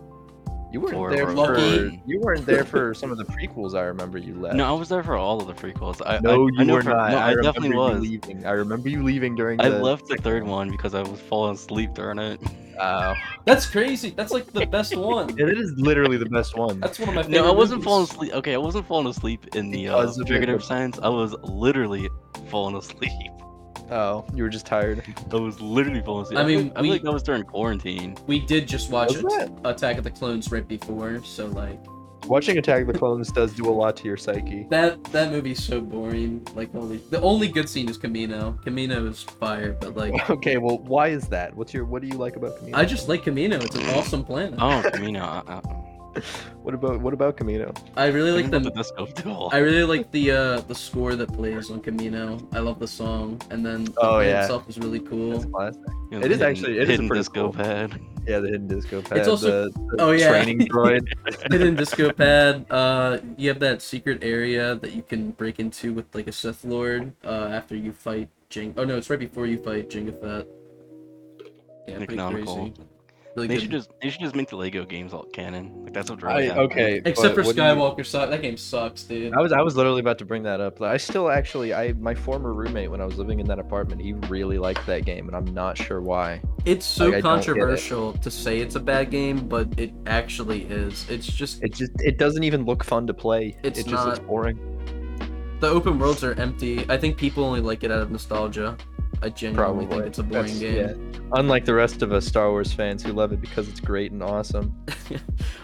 Speaker 3: You weren't
Speaker 2: for
Speaker 3: there
Speaker 1: Rogue
Speaker 3: for.
Speaker 2: One.
Speaker 3: You weren't there for some of the prequels. I remember you left.
Speaker 2: No, I was there for all of the prequels. I, I,
Speaker 3: No, you
Speaker 2: I know
Speaker 3: were
Speaker 2: for-
Speaker 3: not.
Speaker 2: No, I,
Speaker 3: remember
Speaker 2: definitely
Speaker 3: you
Speaker 2: was.
Speaker 3: Leaving. I remember you leaving during.
Speaker 2: I
Speaker 3: the...
Speaker 2: left the third one because I was falling asleep during
Speaker 3: (laughs)
Speaker 2: it.
Speaker 3: Uh,
Speaker 1: That's crazy. That's like the best one.
Speaker 3: it is literally the best one.
Speaker 1: That's one of my favorite.
Speaker 2: No, I wasn't
Speaker 1: movies.
Speaker 2: falling asleep. Okay, I wasn't falling asleep in the uh,
Speaker 3: Because of it,
Speaker 2: figurative
Speaker 3: but-
Speaker 2: sense. I was literally falling asleep.
Speaker 3: (laughs)
Speaker 2: (laughs)
Speaker 3: Oh, you were just tired.
Speaker 2: I was literally falling asleep.
Speaker 1: I
Speaker 2: I
Speaker 1: mean,
Speaker 2: mean, I feel like
Speaker 1: we-
Speaker 2: that was during quarantine.
Speaker 1: We did just watch
Speaker 3: Was
Speaker 1: it, Attack of the Clones right before, so like
Speaker 3: Watching Attack of the Clones does do a lot to your psyche.
Speaker 1: that that movie's so boring. Like holy, the only good scene is Camino. Camino is fire, but like
Speaker 3: Okay, well, why is that? What's your What do you like about Camino?
Speaker 1: I just like Camino. It's an awesome planet.
Speaker 2: Oh, Camino. I,
Speaker 1: (laughs)
Speaker 2: I,
Speaker 3: What about What about Camino?
Speaker 1: I really like
Speaker 2: the,
Speaker 1: the
Speaker 2: (laughs) the disco duel.
Speaker 1: I really like the uh the score that plays on Camino. I love the song, and then the
Speaker 3: Oh,
Speaker 1: play
Speaker 3: yeah.
Speaker 1: itself is really cool.
Speaker 3: It's classic.
Speaker 2: You
Speaker 3: it is
Speaker 2: hidden-
Speaker 3: actually- it is a
Speaker 2: hidden
Speaker 3: pretty
Speaker 2: disco
Speaker 3: cool-
Speaker 2: pad.
Speaker 3: Yeah, the hidden disco pad.
Speaker 1: also-
Speaker 3: the, the
Speaker 1: oh, yeah.
Speaker 3: training
Speaker 1: (laughs)
Speaker 3: droid.
Speaker 1: Hidden disco pad. Uh, you have that secret area that you can break into with like a Sith Lord. Uh, after you fight Jing. Oh no, it's right before you fight Jango Fett. Yeah, pretty
Speaker 2: Economical.
Speaker 1: crazy. Really
Speaker 2: They
Speaker 1: good.
Speaker 2: should just they should just make the Lego games all canon. Like that's what really
Speaker 3: I,
Speaker 2: happened.
Speaker 3: okay,
Speaker 1: Except for
Speaker 3: but what do you-
Speaker 1: Skywalker Saga. That game sucks, dude.
Speaker 3: I was I was literally about to bring that up. Like, I still actually I my former roommate when I was living in that apartment, he really liked that game, and I'm not sure why.
Speaker 1: It's so
Speaker 3: Like, I don't get it.
Speaker 1: controversial to say it's a bad game, but it actually is. It's just
Speaker 3: It just it doesn't even look fun to play.
Speaker 1: It's
Speaker 3: it just looks boring.
Speaker 1: the open worlds are empty. I think people only like it out of nostalgia. I genuinely
Speaker 3: Probably
Speaker 1: think it's a boring
Speaker 3: That's-
Speaker 1: game.
Speaker 3: yeah. Unlike the rest of us Star Wars fans who love it because it's great and awesome.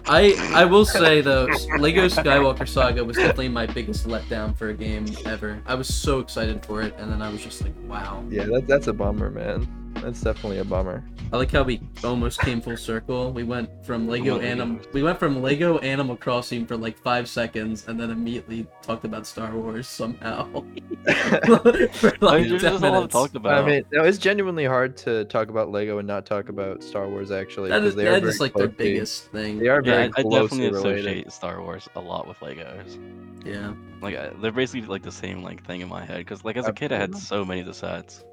Speaker 1: I I will say though, Lego Skywalker Saga was definitely my biggest letdown for a game ever. I was so excited for it, and then I was just like, wow.
Speaker 3: Yeah, that, that's a bummer, man. That's definitely a bummer.
Speaker 1: I like how we almost came full circle. We went from Lego
Speaker 2: Completely
Speaker 1: Anim
Speaker 2: honest.
Speaker 1: we went from Lego Animal Crossing for like five seconds and then immediately talked about Star Wars somehow. (laughs) for
Speaker 2: I
Speaker 1: like
Speaker 2: mean,
Speaker 1: ten
Speaker 2: this is all I've
Speaker 1: minutes.
Speaker 2: talked about.
Speaker 3: I mean, no, it's genuinely hard to talk about Lego and not talk about Star Wars. Actually,
Speaker 1: That
Speaker 3: 'cause
Speaker 1: is,
Speaker 3: they are
Speaker 1: that is
Speaker 3: very
Speaker 1: like their
Speaker 3: closely-
Speaker 1: biggest thing.
Speaker 3: They are very
Speaker 2: yeah, I, I
Speaker 3: closely
Speaker 2: definitely
Speaker 3: related.
Speaker 2: associate Star Wars a lot with Legos.
Speaker 1: Yeah.
Speaker 2: Like I, they're basically like the same like thing in my head. Because like as a kid, I had
Speaker 3: Absolutely.
Speaker 2: so many of the sets.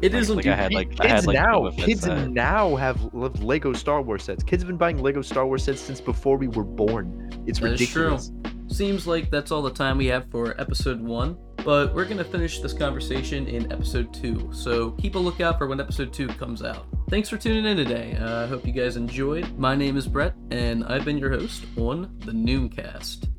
Speaker 1: It
Speaker 2: Like-
Speaker 1: isn't
Speaker 2: like I had
Speaker 1: dude,
Speaker 2: like I
Speaker 3: kids
Speaker 2: had like
Speaker 3: now,
Speaker 2: Boba Fett
Speaker 3: kids
Speaker 2: set.
Speaker 3: now have lo- Lego Star Wars sets. Kids have been buying Lego Star Wars sets since before we were born. It's
Speaker 1: That is true.
Speaker 3: ridiculous.
Speaker 1: Seems like that's all the time we have for episode one, but we're going to finish this conversation in episode two. So keep a lookout for when episode two comes out. Thanks for tuning in today. Uh, I hope you guys enjoyed. My name is Brett, and I've been your host on the Nooncast.